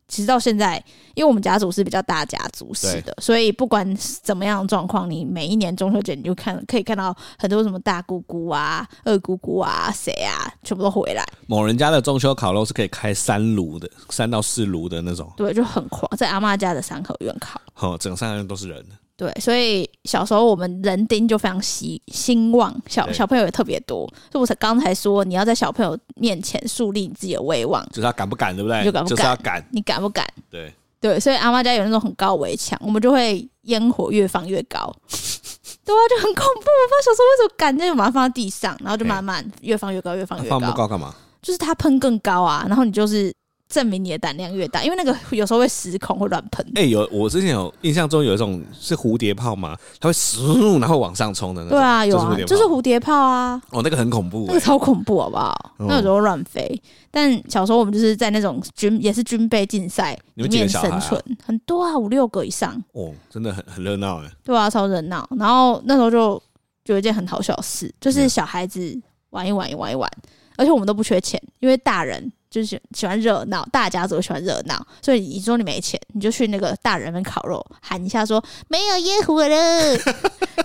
[SPEAKER 2] 其实到现在，因为我们家族是比较大家族式的，所以不管是怎么样的状况，你每一年中秋节你就看可以看到很多什么大姑姑啊、二姑姑啊、谁啊，全部都回来，
[SPEAKER 1] 某人家的中秋烤肉是可以开三炉的，三到四炉的那种，
[SPEAKER 2] 对，就很狂，在阿妈家的三合院烤。
[SPEAKER 1] 哦，整个山上都是人。
[SPEAKER 2] 对，所以小时候我们人丁就非常兴兴旺，小
[SPEAKER 1] 对
[SPEAKER 2] 小朋友也特别多。所以我才刚才说，你要在小朋友面前树立你自己的威望，
[SPEAKER 1] 就是要敢不敢，对不对？
[SPEAKER 2] 就敢不
[SPEAKER 1] 是要
[SPEAKER 2] 敢
[SPEAKER 1] 敢，
[SPEAKER 2] 你敢不敢？
[SPEAKER 1] 对，
[SPEAKER 2] 对，所以阿妈家有那种很高的围墙，我们就会烟火越放越高。 对啊，就很恐怖。我不知道小时候为什么敢，就把它放在地上，然后就慢慢越放越高，越放越高，
[SPEAKER 1] 啊放不高干嘛？
[SPEAKER 2] 就是它喷更高啊。然后你就是证明你的胆量越大，因为那个有时候会失控，会乱喷。
[SPEAKER 1] 哎、有我之前有印象中有一种是蝴蝶炮嘛，它会咻然后往上冲的那种。
[SPEAKER 2] 对啊，有啊，
[SPEAKER 1] 就
[SPEAKER 2] 就是是
[SPEAKER 1] 蝴蝶炮
[SPEAKER 2] 蝴蝶炮啊，
[SPEAKER 1] 哦，那个很恐怖、
[SPEAKER 2] 那个
[SPEAKER 1] 欸。
[SPEAKER 2] 超恐怖，好不好？
[SPEAKER 1] 嗯
[SPEAKER 2] 那有时候乱飞。但小时候我们就是在那种军也是军备竞赛
[SPEAKER 1] 你
[SPEAKER 2] 里
[SPEAKER 1] 们几个
[SPEAKER 2] 面
[SPEAKER 1] 小孩啊
[SPEAKER 2] 生存，很多啊，五六个以上。
[SPEAKER 1] 哦，真的很很热闹哎。
[SPEAKER 2] 对啊，超热闹。然后那时候就有一件很好笑的事，就是
[SPEAKER 1] 嗯
[SPEAKER 2] 小孩子玩一玩一玩一玩，而且我们都不缺钱，因为大人就是喜喜欢热闹，大家族喜欢热闹，所以你说你没钱，你就去那个大人们烤肉喊一下说没有烟 火了，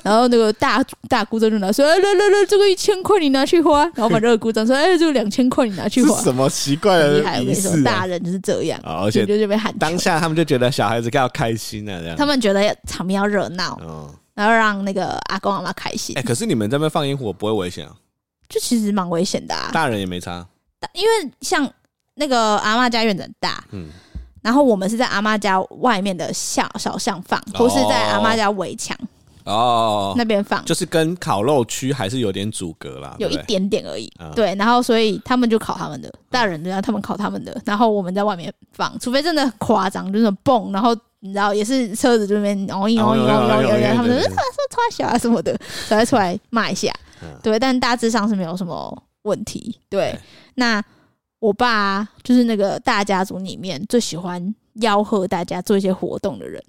[SPEAKER 2] 然后那个大大姑丈就拿说哎来来来，这个一千块你拿去花，然后把这个姑丈说哎这个两千块你拿 去花，
[SPEAKER 1] 什么奇怪
[SPEAKER 2] 很厉害，我跟你说，大人就是这样，
[SPEAKER 1] 啊！而且
[SPEAKER 2] 就就被喊
[SPEAKER 1] 当
[SPEAKER 2] 穷
[SPEAKER 1] 下他们就觉得小孩子要开心啊，这样。
[SPEAKER 2] 他们觉得场面要热闹，
[SPEAKER 1] 嗯，
[SPEAKER 2] 然后让那个阿公阿妈开心
[SPEAKER 1] 哎、。可是你们在那边放烟火不会危险啊？
[SPEAKER 2] 就其实蛮危险的啊。
[SPEAKER 1] 大人也没差。
[SPEAKER 2] 因为像那个阿嬷家院子很大，
[SPEAKER 1] 嗯，
[SPEAKER 2] 然后我们是在阿妈家外面的小小巷放，或是在阿妈家围墙
[SPEAKER 1] 哦，
[SPEAKER 2] 那边放，
[SPEAKER 1] 就是跟烤肉区还是有点阻隔啦，
[SPEAKER 2] 有
[SPEAKER 1] 啊
[SPEAKER 2] 一
[SPEAKER 1] 对不对
[SPEAKER 2] 点点而已
[SPEAKER 1] 啊。
[SPEAKER 2] 对，然后所以他们就烤他们的，大人就让他们烤他们
[SPEAKER 1] 嗯
[SPEAKER 2] 的，然后我们在外面放，除非真的很夸张，就是蹦，然后你知道也是车子这边摇一
[SPEAKER 1] 哦
[SPEAKER 2] 摇一摇一摇一摇一摇，他们就
[SPEAKER 1] 对
[SPEAKER 2] 说
[SPEAKER 1] 对对
[SPEAKER 2] 抓小啊什么的，才会出来骂一下
[SPEAKER 1] 嗯。
[SPEAKER 2] 对，但大致上是没有什么问题。对
[SPEAKER 1] 对，
[SPEAKER 2] 那我爸就是那个大家族里面最喜欢吆喝大家做一些活动的人，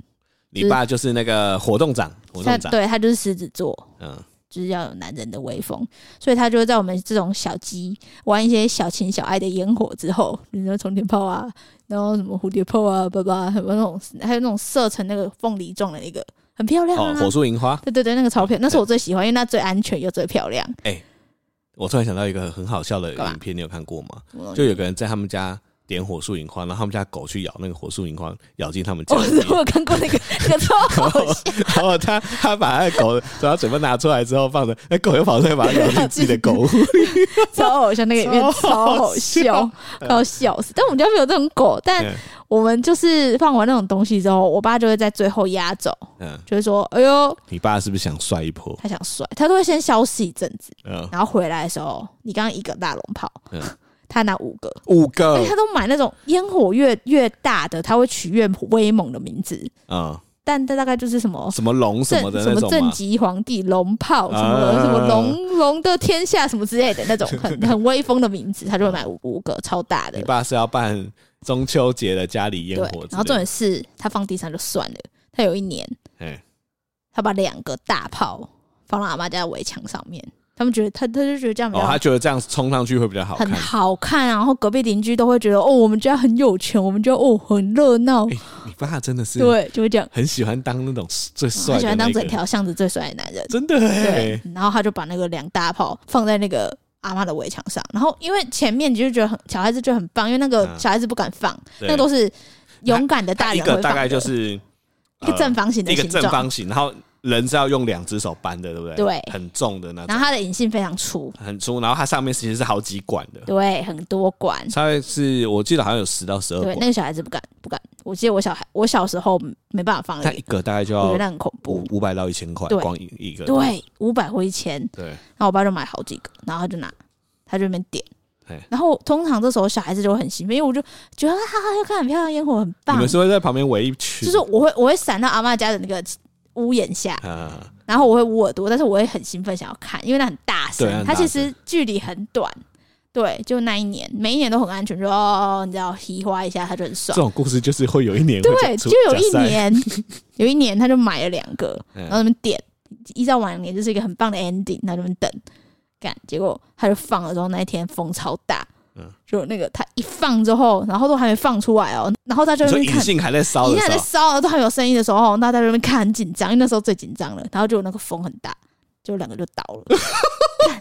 [SPEAKER 1] 你爸就是那个活动长，活
[SPEAKER 2] 他
[SPEAKER 1] 动长，
[SPEAKER 2] 对他就是狮子座，
[SPEAKER 1] 嗯，
[SPEAKER 2] 就是要有男人的威风，所以他就会在我们这种小鸡玩一些小情小爱的烟火之后，比如说冲天炮啊，然后什么蝴蝶炮啊，叭叭，什么那种，还有那种射成那个凤梨状的那个，很漂亮啊。
[SPEAKER 1] 哦，火树银花，
[SPEAKER 2] 对对对，那个钞票，那是我最喜欢，因为那最安全又最漂 亮。
[SPEAKER 1] 哎我突然想到一个很好笑的
[SPEAKER 2] 干嘛
[SPEAKER 1] 影片，你有看过吗？
[SPEAKER 2] 什么东西
[SPEAKER 1] 就有个人在他们家点火树银花，然后他们家狗去咬那个火树银花，咬进他们家
[SPEAKER 2] 我
[SPEAKER 1] 里面。
[SPEAKER 2] 哦我有看过那个那个超好笑，
[SPEAKER 1] 然后他他把那个狗从他嘴巴拿出来之后放着，那狗又跑出来把它咬进自己的狗 窝。
[SPEAKER 2] 超好笑，那个影片超好笑，嗯快要笑死。但我们家没有这种狗，但
[SPEAKER 1] 嗯
[SPEAKER 2] 我们就是放完那种东西之后，我爸就会在最后压轴，
[SPEAKER 1] 嗯，
[SPEAKER 2] 就会说：“哎呦，
[SPEAKER 1] 你爸是不是想帅一波？
[SPEAKER 2] 他想摔，他都会先消失一阵子，
[SPEAKER 1] 嗯，
[SPEAKER 2] 然后回来的时候，你刚刚一个大龙炮，
[SPEAKER 1] 嗯
[SPEAKER 2] 他拿五个，
[SPEAKER 1] 五
[SPEAKER 2] 而
[SPEAKER 1] 个
[SPEAKER 2] 且，他都买那种烟火越越大的，他会取越威猛的名字，
[SPEAKER 1] 嗯，
[SPEAKER 2] 但他大概就是什么。
[SPEAKER 1] 什么龙什
[SPEAKER 2] 正
[SPEAKER 1] 么的
[SPEAKER 2] 什
[SPEAKER 1] 那
[SPEAKER 2] 么
[SPEAKER 1] 种
[SPEAKER 2] 正
[SPEAKER 1] 嘛。
[SPEAKER 2] 极皇帝龙炮什么、
[SPEAKER 1] 啊
[SPEAKER 2] 什么龙龙的天下什么之类的那种 很很威风的名字，他就会买五五个超大的
[SPEAKER 1] 你，爸是要办中秋节的家里烟
[SPEAKER 2] 对
[SPEAKER 1] 火之类的，。
[SPEAKER 2] 然后重点是他放地上就算了，他有一年
[SPEAKER 1] 哎，
[SPEAKER 2] 他把两个大炮放到阿妈家的围墙上面，他们觉得他他就觉得这样比
[SPEAKER 1] 哦
[SPEAKER 2] 较，
[SPEAKER 1] 他觉得这样冲上去会比较好看
[SPEAKER 2] 很。好看啊，然后隔壁邻居都会觉得哦，我们家很有钱，我们家哦很热闹，
[SPEAKER 1] 哎你爸真的是
[SPEAKER 2] 对，就会这样。
[SPEAKER 1] 很喜欢当那种最帅
[SPEAKER 2] 他喜
[SPEAKER 1] 的
[SPEAKER 2] 欢
[SPEAKER 1] 那
[SPEAKER 2] 当整
[SPEAKER 1] 个，
[SPEAKER 2] 条巷子最帅的男人，
[SPEAKER 1] 真的哎
[SPEAKER 2] 对。。然后他就把那个两大炮放在那个阿妈的围墙上，然后因为前面你就觉得很小孩子就很棒，因为那个
[SPEAKER 1] 嗯
[SPEAKER 2] 小孩子不敢放，
[SPEAKER 1] 对
[SPEAKER 2] 那个都是勇敢的大
[SPEAKER 1] 一
[SPEAKER 2] 人会
[SPEAKER 1] 个
[SPEAKER 2] 放的。
[SPEAKER 1] 大概就是
[SPEAKER 2] 一个
[SPEAKER 1] 呃
[SPEAKER 2] 正方形的
[SPEAKER 1] 一个
[SPEAKER 2] 形
[SPEAKER 1] 正
[SPEAKER 2] 状，
[SPEAKER 1] 方形，然后人是要用两只手搬的，对不对？
[SPEAKER 2] 对
[SPEAKER 1] 很重的那
[SPEAKER 2] 然
[SPEAKER 1] 种，
[SPEAKER 2] 后它的引信非常粗，
[SPEAKER 1] 很粗，然后它上面其实是好几管的，
[SPEAKER 2] 对，很多管，
[SPEAKER 1] 大概是我记得好像有十到十二
[SPEAKER 2] 对，
[SPEAKER 1] 管，
[SPEAKER 2] 那个小孩子不敢不敢。我记得我小孩我小时候没办法放
[SPEAKER 1] 它
[SPEAKER 2] 那
[SPEAKER 1] 一
[SPEAKER 2] 个，
[SPEAKER 1] 个哦大概就
[SPEAKER 2] 我觉得
[SPEAKER 1] 要
[SPEAKER 2] 那很恐
[SPEAKER 1] 五
[SPEAKER 2] 怖。
[SPEAKER 1] 五百到一千块，
[SPEAKER 2] 对
[SPEAKER 1] 光一一个，
[SPEAKER 2] 对，五百或一千，
[SPEAKER 1] 对，
[SPEAKER 2] 然后我爸就买好几个，然后他就拿，他就在那边点
[SPEAKER 1] 嘿。
[SPEAKER 2] 然后通常这时候小孩子就会很兴奋，因为我就觉得啊哈哈，要看很漂亮烟火，很
[SPEAKER 1] 你
[SPEAKER 2] 棒
[SPEAKER 1] 们。是会在旁边围一群，
[SPEAKER 2] 就是我会我会闪到阿妈家的那个屋檐下，
[SPEAKER 1] 啊，
[SPEAKER 2] 然后我会捂耳朵，但是我会很兴奋想要看，因为那很大声
[SPEAKER 1] 对，啊很
[SPEAKER 2] 它
[SPEAKER 1] 大
[SPEAKER 2] 其实距离很短。对，就那一年，每一年都很安全，就哦哦，哦你知道，嘻花一下，他就很
[SPEAKER 1] 这
[SPEAKER 2] 爽。
[SPEAKER 1] 种故事就是会有一年会
[SPEAKER 2] 对，
[SPEAKER 1] 出
[SPEAKER 2] 就有一
[SPEAKER 1] 假赛，
[SPEAKER 2] 年， 有一年他就买了两个，
[SPEAKER 1] 嗯
[SPEAKER 2] 然后他们点，依照往年就是一个很棒的 ending，然后他们等，干，结果他就放了之后，那一天风超大，
[SPEAKER 1] 嗯
[SPEAKER 2] 就那个他一放之后，然后都还没放出来哦，然后他就
[SPEAKER 1] 你
[SPEAKER 2] 在那
[SPEAKER 1] 说银
[SPEAKER 2] 边看，
[SPEAKER 1] 杏还在烧
[SPEAKER 2] 一
[SPEAKER 1] 的
[SPEAKER 2] 下
[SPEAKER 1] 时
[SPEAKER 2] 在
[SPEAKER 1] 候，
[SPEAKER 2] 烧啊了，都还没有声音的时候，哦那在那边看很紧张，因为那时候最紧张了，然后就那个风很大，就两个就倒 了，干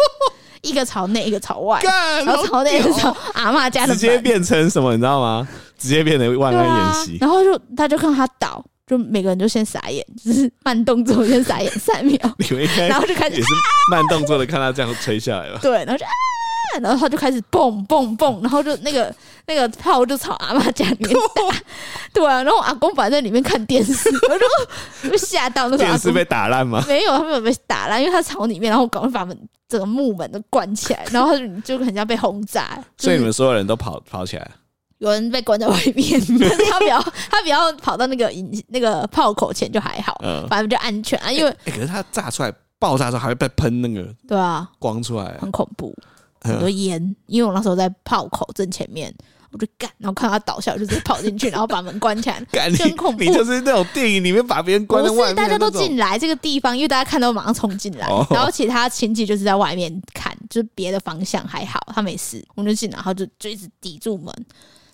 [SPEAKER 2] 一个朝内，一个朝外。
[SPEAKER 1] 干，
[SPEAKER 2] 然后朝内
[SPEAKER 1] 好
[SPEAKER 2] 是朝阿嬷家的
[SPEAKER 1] 直接
[SPEAKER 2] 门，
[SPEAKER 1] 变成什么，你知道吗？直接变成万
[SPEAKER 2] 对啊
[SPEAKER 1] 安演，习。
[SPEAKER 2] 然后就他就看他倒，就每个人就先傻眼，就是慢动作先傻眼三秒，
[SPEAKER 1] 你们应该
[SPEAKER 2] 然后就开
[SPEAKER 1] 哎也
[SPEAKER 2] 始
[SPEAKER 1] 是慢动作的看他这样吹下 来吧。
[SPEAKER 2] 对，然后就啊，然后他就开始蹦蹦蹦，然后就那个那个炮就朝阿嬷家里面 打，对啊，然后我阿公反正在里面看电视，我就就吓到那时候阿
[SPEAKER 1] 电视
[SPEAKER 2] 公
[SPEAKER 1] 被打烂吗？
[SPEAKER 2] 没有，他没有被打烂，因为他朝里面，然后我赶快把门整个木门都关起来，然后他就就很像被轰炸，就
[SPEAKER 1] 所以你
[SPEAKER 2] 是
[SPEAKER 1] 们所有人都跑跑起来，
[SPEAKER 2] 有人被关在外面， 但是他不要他不要跑到那个引那个炮口前就还好，
[SPEAKER 1] 嗯，
[SPEAKER 2] 反正就安全啊，因为
[SPEAKER 1] 欸可是它炸出来爆炸之后还会被喷那个
[SPEAKER 2] 对啊，
[SPEAKER 1] 光出来，
[SPEAKER 2] 很恐怖，很多
[SPEAKER 1] 嗯
[SPEAKER 2] 烟，因为我那时候在炮口正前面，我就干，然后看到他倒下，我就直接跑进去，然后把门关起来。
[SPEAKER 1] 干
[SPEAKER 2] 真恐怖
[SPEAKER 1] 你你就是那种电影里面把别人关在
[SPEAKER 2] 不
[SPEAKER 1] 外
[SPEAKER 2] 是，
[SPEAKER 1] 面
[SPEAKER 2] 大
[SPEAKER 1] 的
[SPEAKER 2] 家
[SPEAKER 1] 那
[SPEAKER 2] 都
[SPEAKER 1] 种
[SPEAKER 2] 进，来这个地方，因为大家看到马上冲进来，
[SPEAKER 1] 哦
[SPEAKER 2] 然后其他亲戚就是在外面看，就是别的方向还好，他没事，我们就进来，然后就就一直抵住门，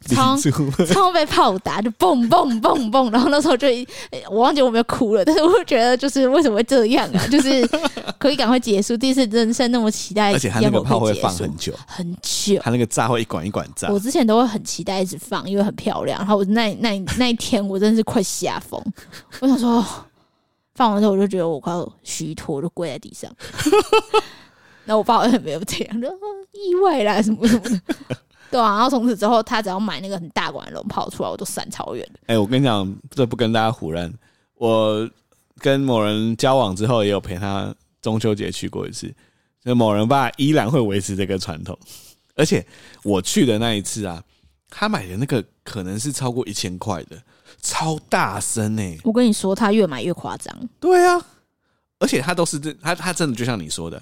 [SPEAKER 2] 超
[SPEAKER 1] 抵住
[SPEAKER 2] 超被炮打，就蹦蹦蹦蹦，然后那时候就一呃我忘记我有没有哭了，但是我觉得就是为什么会这样啊？就是可以赶快结束，第一次人生那么期待，
[SPEAKER 1] 而且它那个炮会放
[SPEAKER 2] 很
[SPEAKER 1] 很久，
[SPEAKER 2] 很久。
[SPEAKER 1] 它那个炸会一管一管炸
[SPEAKER 2] 我。之前都会很期待一直放，因为很漂亮。然后我那那那一天，我真的是快吓疯。我想说， 放完之后我就觉得我快要虚脱，我就跪在 地 上。然后我爸好像也没有这样，就说哦意外啦什么什么的。对啊，然后从此之后，他只要买那个很大碗的龙泡出来，我都闪超远。
[SPEAKER 1] 哎、我跟你讲，这不跟大家胡乱，我跟某人交往之后，也有陪他中秋节去过一次。那某人爸依然会维持这个传统，而且我去的那一次啊，他买的那个可能是超过一千块的，超大声呢、欸
[SPEAKER 2] 我跟你说，他越买越夸张，
[SPEAKER 1] 对啊，而且他都是这，他他真的就像你说的，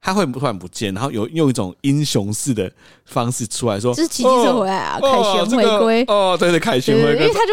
[SPEAKER 1] 他会突然不见，然后有用一种英雄式的方式出来说，
[SPEAKER 2] 就是骑机车回来啊，凯旋回归
[SPEAKER 1] 哦这，个哦，对对，凯
[SPEAKER 2] 对
[SPEAKER 1] 旋回
[SPEAKER 2] 因为
[SPEAKER 1] 归，
[SPEAKER 2] 他就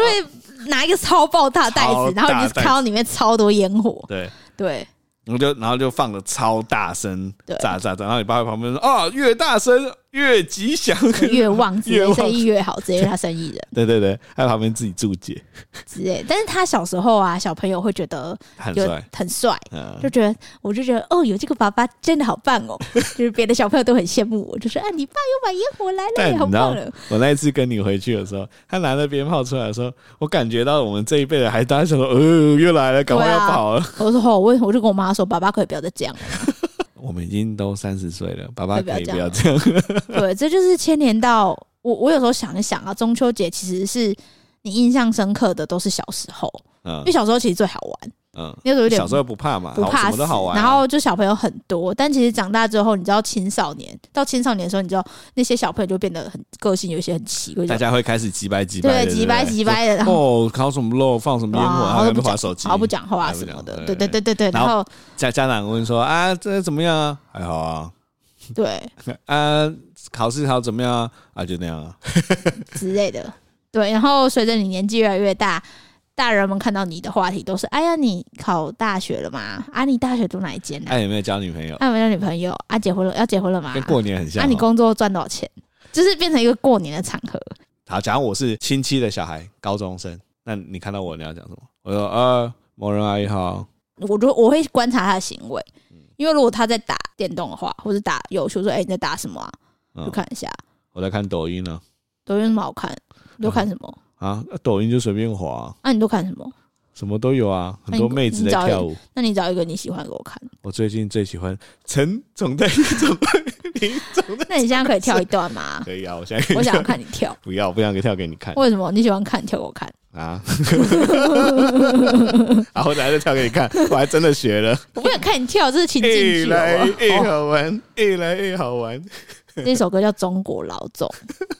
[SPEAKER 2] 会拿一个超爆大袋
[SPEAKER 1] 超
[SPEAKER 2] 子，然
[SPEAKER 1] 大
[SPEAKER 2] 后你就是看到里面超多烟火，
[SPEAKER 1] 对。
[SPEAKER 2] 对，
[SPEAKER 1] 然后就然后就放的超大声，
[SPEAKER 2] 对
[SPEAKER 1] 炸炸炸，然后你爸在旁边说：“哦，越大声越吉祥。
[SPEAKER 2] 越旺之
[SPEAKER 1] 越
[SPEAKER 2] 类，
[SPEAKER 1] 旺
[SPEAKER 2] 生意越好之类，他生意人
[SPEAKER 1] 对对对，还有旁边自己注解，
[SPEAKER 2] 之类。但是他小时候啊，小朋友会觉得
[SPEAKER 1] 很
[SPEAKER 2] 有
[SPEAKER 1] 帅。
[SPEAKER 2] 很帅，
[SPEAKER 1] 嗯，
[SPEAKER 2] 就觉得我就觉得哦，有这个爸爸真的好棒 哦，就是别的小朋友都很羡慕我，就是啊，你爸又买烟火来
[SPEAKER 1] 但
[SPEAKER 2] 了，
[SPEAKER 1] 你
[SPEAKER 2] 好
[SPEAKER 1] 知道
[SPEAKER 2] 棒哦了。，
[SPEAKER 1] 我那一次跟你回去的时候，他拿着鞭炮出来的时候，我感觉到我们这一辈的孩子，大家想说：“呃，又来了，赶快
[SPEAKER 2] 对
[SPEAKER 1] 要
[SPEAKER 2] 啊
[SPEAKER 1] 跑了。
[SPEAKER 2] 我说哦，我我就跟我妈说，爸爸可以不要再这样了。
[SPEAKER 1] 我们已经都三十岁了，爸爸
[SPEAKER 2] 可以不要
[SPEAKER 1] 可以
[SPEAKER 2] 这
[SPEAKER 1] 不
[SPEAKER 2] 样
[SPEAKER 1] 要这样。
[SPEAKER 2] 对，这就是牵连到我。我有时候想一想啊，中秋节其实是你印象深刻的都是小时候，
[SPEAKER 1] 嗯
[SPEAKER 2] 因为小时候其实最好玩，
[SPEAKER 1] 嗯，
[SPEAKER 2] 那时 候有点
[SPEAKER 1] 小时候不怕嘛，
[SPEAKER 2] 不
[SPEAKER 1] 好
[SPEAKER 2] 怕
[SPEAKER 1] 什么
[SPEAKER 2] 死
[SPEAKER 1] 都好玩啊。
[SPEAKER 2] 然后就小朋友很多，但其实长大之后，你知道青少年到青少年的时候，你知道那些小朋友就变得很个性，有一些很奇怪，就
[SPEAKER 1] 大家会开始急掰急掰
[SPEAKER 2] 对
[SPEAKER 1] 的，
[SPEAKER 2] 急掰急
[SPEAKER 1] 掰。
[SPEAKER 2] 掰的，然后
[SPEAKER 1] 哦，烤什么肉，放什么烟火，
[SPEAKER 2] 哇
[SPEAKER 1] 然后
[SPEAKER 2] 然后
[SPEAKER 1] 在那
[SPEAKER 2] 都不
[SPEAKER 1] 边
[SPEAKER 2] 讲
[SPEAKER 1] 划手机，
[SPEAKER 2] 然后不讲话
[SPEAKER 1] 还不
[SPEAKER 2] 什么
[SPEAKER 1] 讲
[SPEAKER 2] 的，对
[SPEAKER 1] 对
[SPEAKER 2] 对对对对，
[SPEAKER 1] 然
[SPEAKER 2] 然
[SPEAKER 1] 后
[SPEAKER 2] 后
[SPEAKER 1] 家家长问说啊，这怎么样啊？还好啊，
[SPEAKER 2] 对
[SPEAKER 1] 啊，考试考怎么样啊？啊，就那样啊。
[SPEAKER 2] 之类的，对，然后随着你年纪越来越大。大人们看到你的话题都是：哎呀，你考大学了吗？啊，你大学读哪一间呢、啊？
[SPEAKER 1] 哎、有没有交女朋友？
[SPEAKER 2] 啊，有没有女朋友？啊，结婚了，要结婚了吗？
[SPEAKER 1] 跟过年很像、
[SPEAKER 2] 啊，
[SPEAKER 1] 哦。
[SPEAKER 2] 你工作赚多少钱？就是变成一个过年的场合。
[SPEAKER 1] 好，假如我是亲戚的小孩，高中生，那你看到我，你要讲什么？我说呃，某人阿姨好，
[SPEAKER 2] 我就我会观察他的行为，
[SPEAKER 1] 嗯
[SPEAKER 2] 因为如果他在打电动的话，或者打游戏，我说：“哎、你在打什么啊？”
[SPEAKER 1] 嗯
[SPEAKER 2] 就看一下，
[SPEAKER 1] 我在看抖音呢、
[SPEAKER 2] 抖音有什么好看？你都看什么？
[SPEAKER 1] 啊。啊，抖音就随便滑、
[SPEAKER 2] 啊，你都看什么？
[SPEAKER 1] 什么都有啊，很多
[SPEAKER 2] 那你
[SPEAKER 1] 妹子在
[SPEAKER 2] 哎你找
[SPEAKER 1] 跳舞。
[SPEAKER 2] 那你找一个你喜欢给我看。
[SPEAKER 1] 我最近最喜欢陈总 在林总在林总在，
[SPEAKER 2] 那你现在可以跳一段 吗？
[SPEAKER 1] 可以啊，我现在可以
[SPEAKER 2] 我想
[SPEAKER 1] 跳
[SPEAKER 2] 要看你 跳。
[SPEAKER 1] 不要，我不想给跳给你看
[SPEAKER 2] 为什么你喜欢看？你跳给我看。
[SPEAKER 1] 啊！ 然后我等下就跳给你看，我还真的学了，
[SPEAKER 2] 我不想看你跳，这是情景
[SPEAKER 1] 一
[SPEAKER 2] 剧好
[SPEAKER 1] 哎来一
[SPEAKER 2] 不好。
[SPEAKER 1] 好玩，一来一好玩。
[SPEAKER 2] 那首歌叫《中国老总》，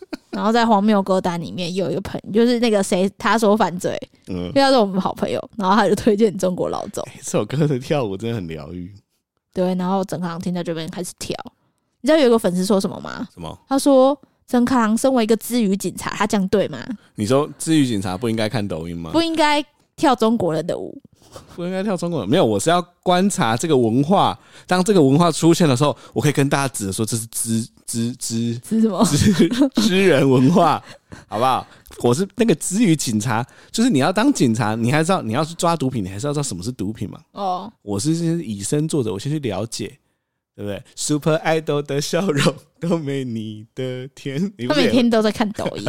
[SPEAKER 2] 然后在荒谬歌单里面有一个朋就是那个谁，他说犯罪，
[SPEAKER 1] 嗯
[SPEAKER 2] 因，为他是我们好朋友，然后他就推荐中国老总，
[SPEAKER 1] 这首歌的跳舞真的很疗愈。
[SPEAKER 2] 对，然后整行听到这边开始跳。你知道有一个粉丝说什么吗？
[SPEAKER 1] 什么？
[SPEAKER 2] 他说：“整行身为一个知语警察，他这样对吗？
[SPEAKER 1] 你说治愈警察不应该看抖音吗？
[SPEAKER 2] 不应该跳中国人的舞。
[SPEAKER 1] 不应该跳中国人，没有，我是要观察这个文化。当这个文化出现的时候，我可以跟大家指着说，这是知知知”
[SPEAKER 2] 是什么？
[SPEAKER 1] 知知人文化，好不好？我是那个知语警察，就是你要当警察，你还知道你要去抓毒品，你还是要知道什么是毒品嘛？
[SPEAKER 2] 哦，
[SPEAKER 1] 我是先以身作则，我先去了解，对不对？Super Idol 的笑容都没你的甜，你不是
[SPEAKER 2] 他每
[SPEAKER 1] 也
[SPEAKER 2] 天都在看抖 音，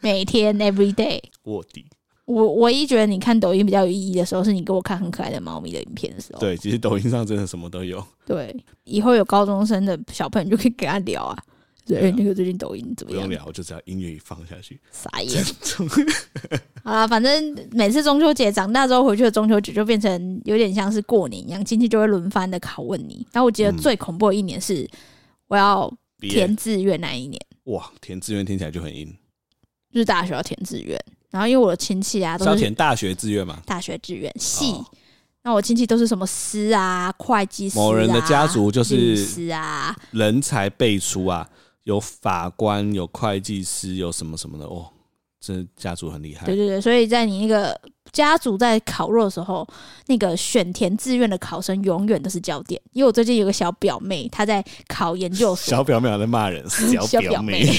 [SPEAKER 2] 每天 every day。
[SPEAKER 1] 卧底？
[SPEAKER 2] 我唯一觉得你看抖音比较有意义的时候，是你给我看很可爱的猫咪的影片的时候。
[SPEAKER 1] 对，其实抖音上真的什么都有。
[SPEAKER 2] 对，以后有高中生的小朋友，你就可以跟他聊啊。对，
[SPEAKER 1] 对啊
[SPEAKER 2] 那个最近抖音怎
[SPEAKER 1] 不
[SPEAKER 2] 么
[SPEAKER 1] 用
[SPEAKER 2] 样？
[SPEAKER 1] 聊，我就只要音乐一放下去，
[SPEAKER 2] 傻眼。
[SPEAKER 1] 从
[SPEAKER 2] 好啦，反正每次中秋节长大之后回去的中秋节就变成有点像是过年一样，亲戚就会轮番的拷问你。然后我记得
[SPEAKER 1] 嗯
[SPEAKER 2] 最恐怖的一年是我要
[SPEAKER 1] 毕业
[SPEAKER 2] 填志愿那一年，
[SPEAKER 1] 哇，填志愿听起来就很硬，
[SPEAKER 2] 就是大学要填志愿。然后因为我的亲戚啊
[SPEAKER 1] 是要
[SPEAKER 2] 都是
[SPEAKER 1] 填大学志愿嘛？
[SPEAKER 2] 大学志愿系，
[SPEAKER 1] 哦
[SPEAKER 2] 那我亲戚都是什么师啊、会计师、啊、
[SPEAKER 1] 某人的家族就是
[SPEAKER 2] 律师啊，
[SPEAKER 1] 人才辈出啊，有法官，有会计师，有什么什么的哦，这家族很厉害
[SPEAKER 2] 对。对对，所以在你那个家族在烤肉的时候，那个选填志愿的考生永远都是焦点。因为我最近有个小表妹，她在考研究所，
[SPEAKER 1] 小表妹还在骂人，小
[SPEAKER 2] 小
[SPEAKER 1] 表
[SPEAKER 2] 表
[SPEAKER 1] 妹
[SPEAKER 2] 妹。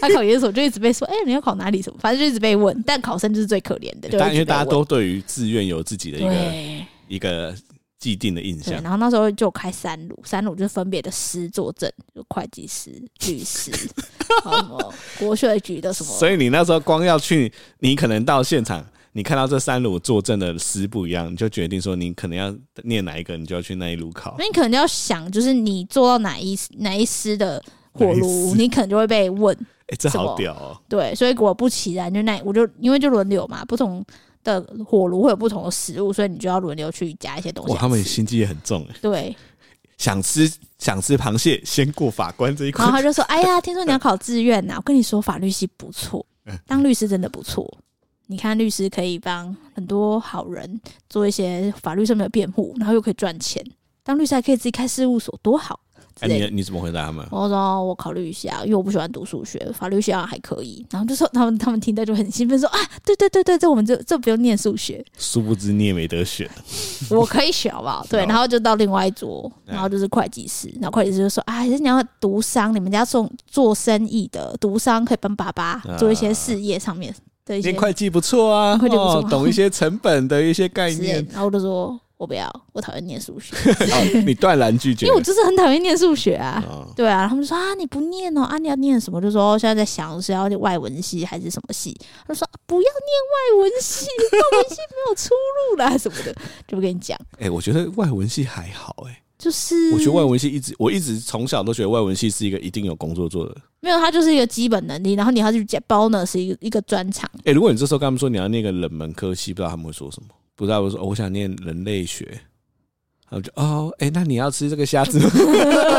[SPEAKER 2] 她考研究所就一直被说，哎、你要考哪里什么，反正就一直被问。但考生就是最可怜的，就
[SPEAKER 1] 但因
[SPEAKER 2] 一直
[SPEAKER 1] 为
[SPEAKER 2] 被
[SPEAKER 1] 大家
[SPEAKER 2] 问
[SPEAKER 1] 都对于志愿有自己的一个
[SPEAKER 2] 对
[SPEAKER 1] 一个既定的印
[SPEAKER 2] 对，
[SPEAKER 1] 象，
[SPEAKER 2] 然后那时候就有开三路，三路就是分别的师作证，就会计师、律师， 还有什么国税局的什么。
[SPEAKER 1] 所以你那时候光要去，你可能到现场，你看到这三路坐镇的师不一样，你就决定说你可能要念哪一个，你就要去那一路考
[SPEAKER 2] 那。你可能要想，就是你做到哪一哪一师的火炉，你可能就会被问。
[SPEAKER 1] 哎、这
[SPEAKER 2] 什
[SPEAKER 1] 好
[SPEAKER 2] 么
[SPEAKER 1] 屌哦！
[SPEAKER 2] 对，所以果不其然，就那我就因为就轮流嘛，不同的火炉会有不同的食物，所以你就要轮流去加一些东西
[SPEAKER 1] 哇，
[SPEAKER 2] 来
[SPEAKER 1] 他们
[SPEAKER 2] 吃
[SPEAKER 1] 心机也很重哎，
[SPEAKER 2] 对，
[SPEAKER 1] 想吃想吃螃蟹，先过法官这一
[SPEAKER 2] 然后他
[SPEAKER 1] 关。
[SPEAKER 2] 就说：“哎呀，听说你要考志愿啊呐、我跟你说，法律系不 错，
[SPEAKER 1] 嗯
[SPEAKER 2] 当律师真的不错。你看，律师可以帮很多好人做一些法律上面的辩护，然后又可以赚钱。当律师还可以自己开事务所，多好！”之
[SPEAKER 1] 哎、
[SPEAKER 2] 类的。
[SPEAKER 1] 你你怎么回答他们？
[SPEAKER 2] 我说我考虑一下，因为我不喜欢读数学，法律学校还可以。然后就说他们他们听到就很兴奋，说啊，对对对对，这我们这这不用念数学，
[SPEAKER 1] 殊不知你也没得选，
[SPEAKER 2] 我可以选好不好？对，然后就到另外一桌，
[SPEAKER 1] 嗯
[SPEAKER 2] 然后就是会计师，然后会计师就说啊，还是你要读商，你们家做做生意的读商可以帮爸爸
[SPEAKER 1] 啊
[SPEAKER 2] 做一些事业上面的一些
[SPEAKER 1] 念会计不错啊，
[SPEAKER 2] 会计不错
[SPEAKER 1] 哦，懂一些成本的一些概
[SPEAKER 2] 之类
[SPEAKER 1] 念
[SPEAKER 2] 的。。然后我就说我不要，我讨厌念 数学，
[SPEAKER 1] 哦，你断然拒绝
[SPEAKER 2] 因为我就是很讨厌念数 学啊。
[SPEAKER 1] 哦
[SPEAKER 2] 对啊，他们说啊，你不念哦，啊，你要念什么？就说现在在想是要念外文系还是什么系？他说、啊不要念外文系，外文系没有出路啦什么的，就不跟你讲，
[SPEAKER 1] 哎、我觉得外文系还好哎、
[SPEAKER 2] 就是
[SPEAKER 1] 我觉得外文系一直我一直从小都觉得外文系是一个一定有工作做的。
[SPEAKER 2] 没有，它就是一个基本能力，然后你还要去加 bonus 一个一个专长，
[SPEAKER 1] 哎、如果你这时候跟他们说你要念个冷门科系，不知道他们会说什么？不知道我说、哦我想念人类学，他们就哦，哎、那你要吃这个虾 子吗？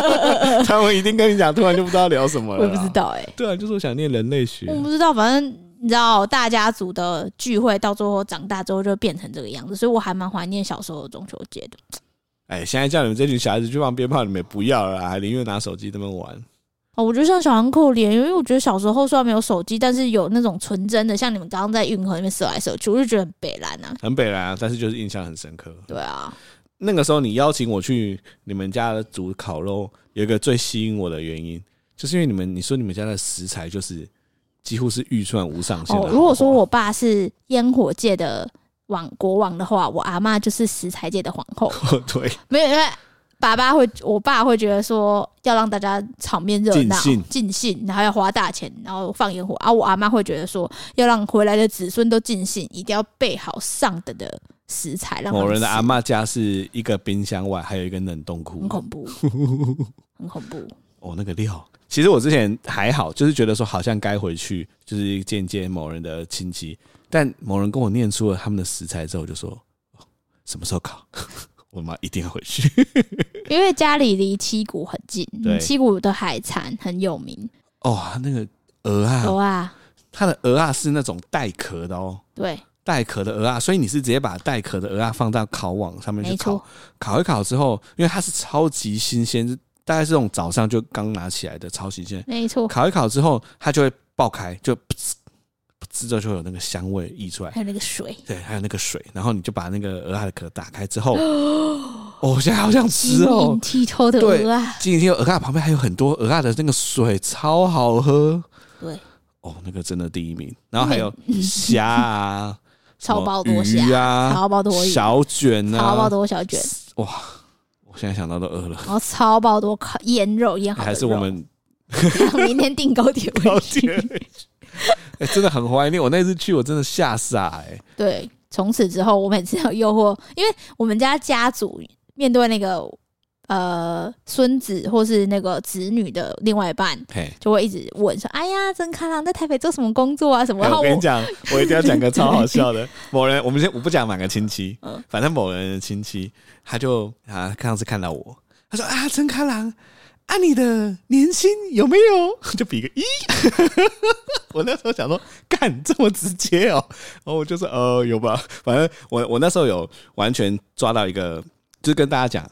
[SPEAKER 1] 他们一定跟你讲，突然就不知道聊什么
[SPEAKER 2] 我
[SPEAKER 1] 了。
[SPEAKER 2] 也不知。道嗯哎、
[SPEAKER 1] 对啊，就是我想念人类学。
[SPEAKER 2] 我不知道，反正你知道大家族的聚会到最后长大之后就变成这个样子，所以我还蛮怀念小时候的中秋节的。
[SPEAKER 1] 哎、现在叫你们这群小孩子去放鞭炮，你们也不要了啦，还宁愿拿手机在那边玩。
[SPEAKER 2] 哦，我觉得像小很可怜，因为我觉得小时候虽然没有手机，但是有那种纯真的，像你们刚刚在运河里面射来射去，我就觉得很北蓝啊。
[SPEAKER 1] 很北啦，但是就是印象很深刻。
[SPEAKER 2] 对啊，
[SPEAKER 1] 那个时候你邀请我去你们家煮烤肉，有一个最吸引我的原因，就是因为你们你说你们家的食材就是几乎是预算无上限的豪
[SPEAKER 2] 哦
[SPEAKER 1] 华、，
[SPEAKER 2] 如果说我爸是烟火界的王国王的话，我阿妈就是食材界的皇后。
[SPEAKER 1] 对，
[SPEAKER 2] 没有，因为爸爸会，我爸会觉得说要让大家场面热闹
[SPEAKER 1] 尽兴、
[SPEAKER 2] 尽兴，然后要花大钱，然后放烟火。啊，我阿妈会觉得说要让回来的子孙都尽兴，一定要备好上等的食材，让他们
[SPEAKER 1] 某人的
[SPEAKER 2] 吃
[SPEAKER 1] 阿嬷家是一个冰箱外还有一个冷冻库
[SPEAKER 2] 很，恐怖，很恐怖。
[SPEAKER 1] 哦，那个料。其实我之前还好，就是觉得说好像该回去，就是见见某人的亲戚。但某人跟我念出了他们的食材之后，我就说、哦什么时候烤？ 我妈一定要回去。
[SPEAKER 2] 因为家里离七股很近，
[SPEAKER 1] 对
[SPEAKER 2] 七股的海产很有名，
[SPEAKER 1] 哦，那个鹅啊，
[SPEAKER 2] 有啊，
[SPEAKER 1] 它的鹅啊是那种带壳的哦，
[SPEAKER 2] 对，
[SPEAKER 1] 带壳的鹅啊，所以你是直接把带壳的鹅啊放到烤网上面去
[SPEAKER 2] 没
[SPEAKER 1] 烤
[SPEAKER 2] 错，，
[SPEAKER 1] 烤一烤之后，因为它是超级新鲜，大概是这种早上就刚拿起来的，超新鲜。
[SPEAKER 2] 没错，
[SPEAKER 1] 烤一烤之后，它就会爆开，就噗呲噗呲之后就会有那个香味溢出来，
[SPEAKER 2] 还有那个水，
[SPEAKER 1] 对，还有那个水，然后你就把那个鹅啊的壳打开 之后，哦，我现在好想
[SPEAKER 2] 晶
[SPEAKER 1] 吃哦
[SPEAKER 2] 莹，剔透的
[SPEAKER 1] 对
[SPEAKER 2] 鹅啊，
[SPEAKER 1] 今天有鹅啊，旁边还有很多鹅啊的那个水，超好喝。
[SPEAKER 2] 对，
[SPEAKER 1] 哦，那个真的第一名。然后还 有虾啊，什么
[SPEAKER 2] 超爆多
[SPEAKER 1] 鱼
[SPEAKER 2] 虾，
[SPEAKER 1] 啊，
[SPEAKER 2] 超爆多鱼，
[SPEAKER 1] 小卷
[SPEAKER 2] 超爆
[SPEAKER 1] 啊，
[SPEAKER 2] 多小卷。
[SPEAKER 1] 哇！我现在想到都饿了，
[SPEAKER 2] 然后超爆多烤腌肉，腌好的
[SPEAKER 1] 还是我 们
[SPEAKER 2] 肉明天订高铁 回去。
[SPEAKER 1] 哎、真的很怀念。我那次去，我真的吓傻哎、
[SPEAKER 2] 对，从此之后，我每次要诱惑，因为我们家家族面对那个呃孙子或是那个子女的另外一半，
[SPEAKER 1] 嘿。
[SPEAKER 2] 就会一直问说：“哎呀，曾开朗在台北做什么工作啊？什么？”
[SPEAKER 1] 哎
[SPEAKER 2] 然后
[SPEAKER 1] 我
[SPEAKER 2] 我
[SPEAKER 1] 跟你 讲，我一定要讲个超好笑的。某人，我们先我不讲哪个亲戚，
[SPEAKER 2] 嗯
[SPEAKER 1] 反正某人的亲戚，他就啊上次看到我，他说啊，陈开朗，啊你的年薪有没有？就比个一。 我那时候想说，干这么直接哦，然后我就说呃有吧，反正我我那时候有完全抓到一个，就是跟大家讲，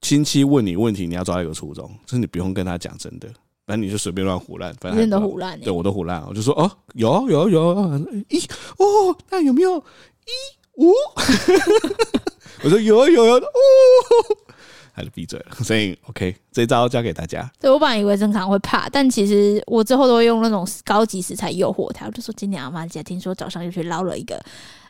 [SPEAKER 1] 亲戚问你问题，你要抓到一个初衷，就是你不用跟他讲真的，反正你就随便乱胡乱，反正他也
[SPEAKER 2] 真的
[SPEAKER 1] 不知道
[SPEAKER 2] 胡乱、
[SPEAKER 1] 对
[SPEAKER 2] 欸，
[SPEAKER 1] 我都胡烂，我就说哦，有有有一哦，那有没有一五？我说有有有哦，他就闭嘴了。所以 OK，这一招教给大家。
[SPEAKER 2] 对我本来以为曾开朗会怕，但其实我之后都会用那种高级食材诱惑他。我就说：“今年阿妈家听说早上又去捞了一个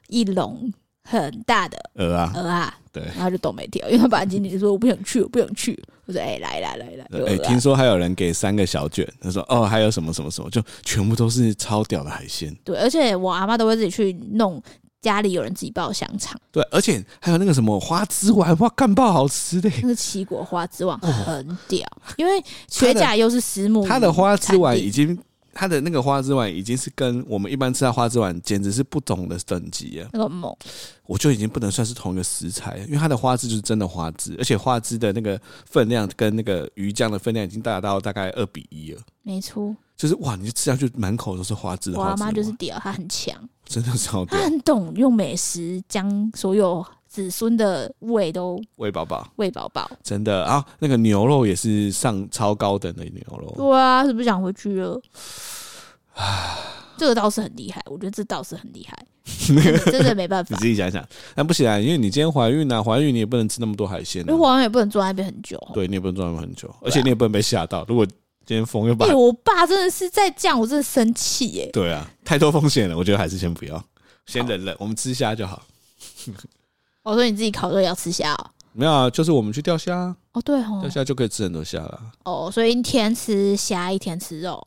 [SPEAKER 2] 一笼很大的
[SPEAKER 1] 呃啊，
[SPEAKER 2] 鹅啊，
[SPEAKER 1] 对
[SPEAKER 2] 然后就都没掉，因为他把经理就说我不想去，我不想去，我说哎、来来来来，有
[SPEAKER 1] 哎、
[SPEAKER 2] 鹅啊
[SPEAKER 1] 听说还有人给三个小卷，他说哦，还有什么什么什么，就全部都是超屌的海鲜。
[SPEAKER 2] 对，而且我阿妈都会自己去弄。家里有人自己爆香肠，
[SPEAKER 1] 对，而且还有那个什么花枝丸，哇，干爆好吃的、
[SPEAKER 2] 那个奇果花之王
[SPEAKER 1] 哦
[SPEAKER 2] 很屌，因为雪甲又是石母，
[SPEAKER 1] 它的花枝丸已经，它的那个花枝丸已经是跟我们一般吃到花枝丸简直是不同的等级了。
[SPEAKER 2] 那个猛，
[SPEAKER 1] 我就已经不能算是同一个食材，因为它的花枝就是真的花枝，而且花枝的那个分量跟那个鱼浆的分量已经大到大概二比一了。
[SPEAKER 2] 没错，
[SPEAKER 1] 就是哇，你就吃下去满口都是花枝的
[SPEAKER 2] 我
[SPEAKER 1] 花
[SPEAKER 2] 阿
[SPEAKER 1] 枝
[SPEAKER 2] 妈
[SPEAKER 1] 丸，
[SPEAKER 2] 就是屌，她很强，
[SPEAKER 1] 真的超屌
[SPEAKER 2] 她，很懂用美食将所有子孙的胃都
[SPEAKER 1] 喂饱饱，
[SPEAKER 2] 喂饱饱。
[SPEAKER 1] 真的。然后那个牛肉也是上超高等的牛肉，
[SPEAKER 2] 对啊，是不是想回去了？这个倒是很厉害，我觉得这倒是很 厉害，真的没办
[SPEAKER 1] 你
[SPEAKER 2] 法
[SPEAKER 1] 自。己想想，那不行啊，因为你今天怀孕啊，怀孕你也不能吃那么多海鲜、啊，
[SPEAKER 2] 因为好像也不能坐在那边很久。啊哎
[SPEAKER 1] 对你也不能装那么很久，而且你也不能被吓到。如果今天风又把
[SPEAKER 2] 哎、，啊我爸真的是在这样，我真的生气耶、
[SPEAKER 1] 对啊，太多风险了，我觉得还是先不要，先忍忍，我们吃虾就好。
[SPEAKER 2] 我哦说你自己烤肉也要吃虾哦、
[SPEAKER 1] 没有啊，就是我们去钓虾啊，
[SPEAKER 2] 哦，对
[SPEAKER 1] 钓
[SPEAKER 2] 哦，
[SPEAKER 1] 虾就可以吃很多虾了。啊
[SPEAKER 2] 哦，所以一天吃虾，一天吃肉，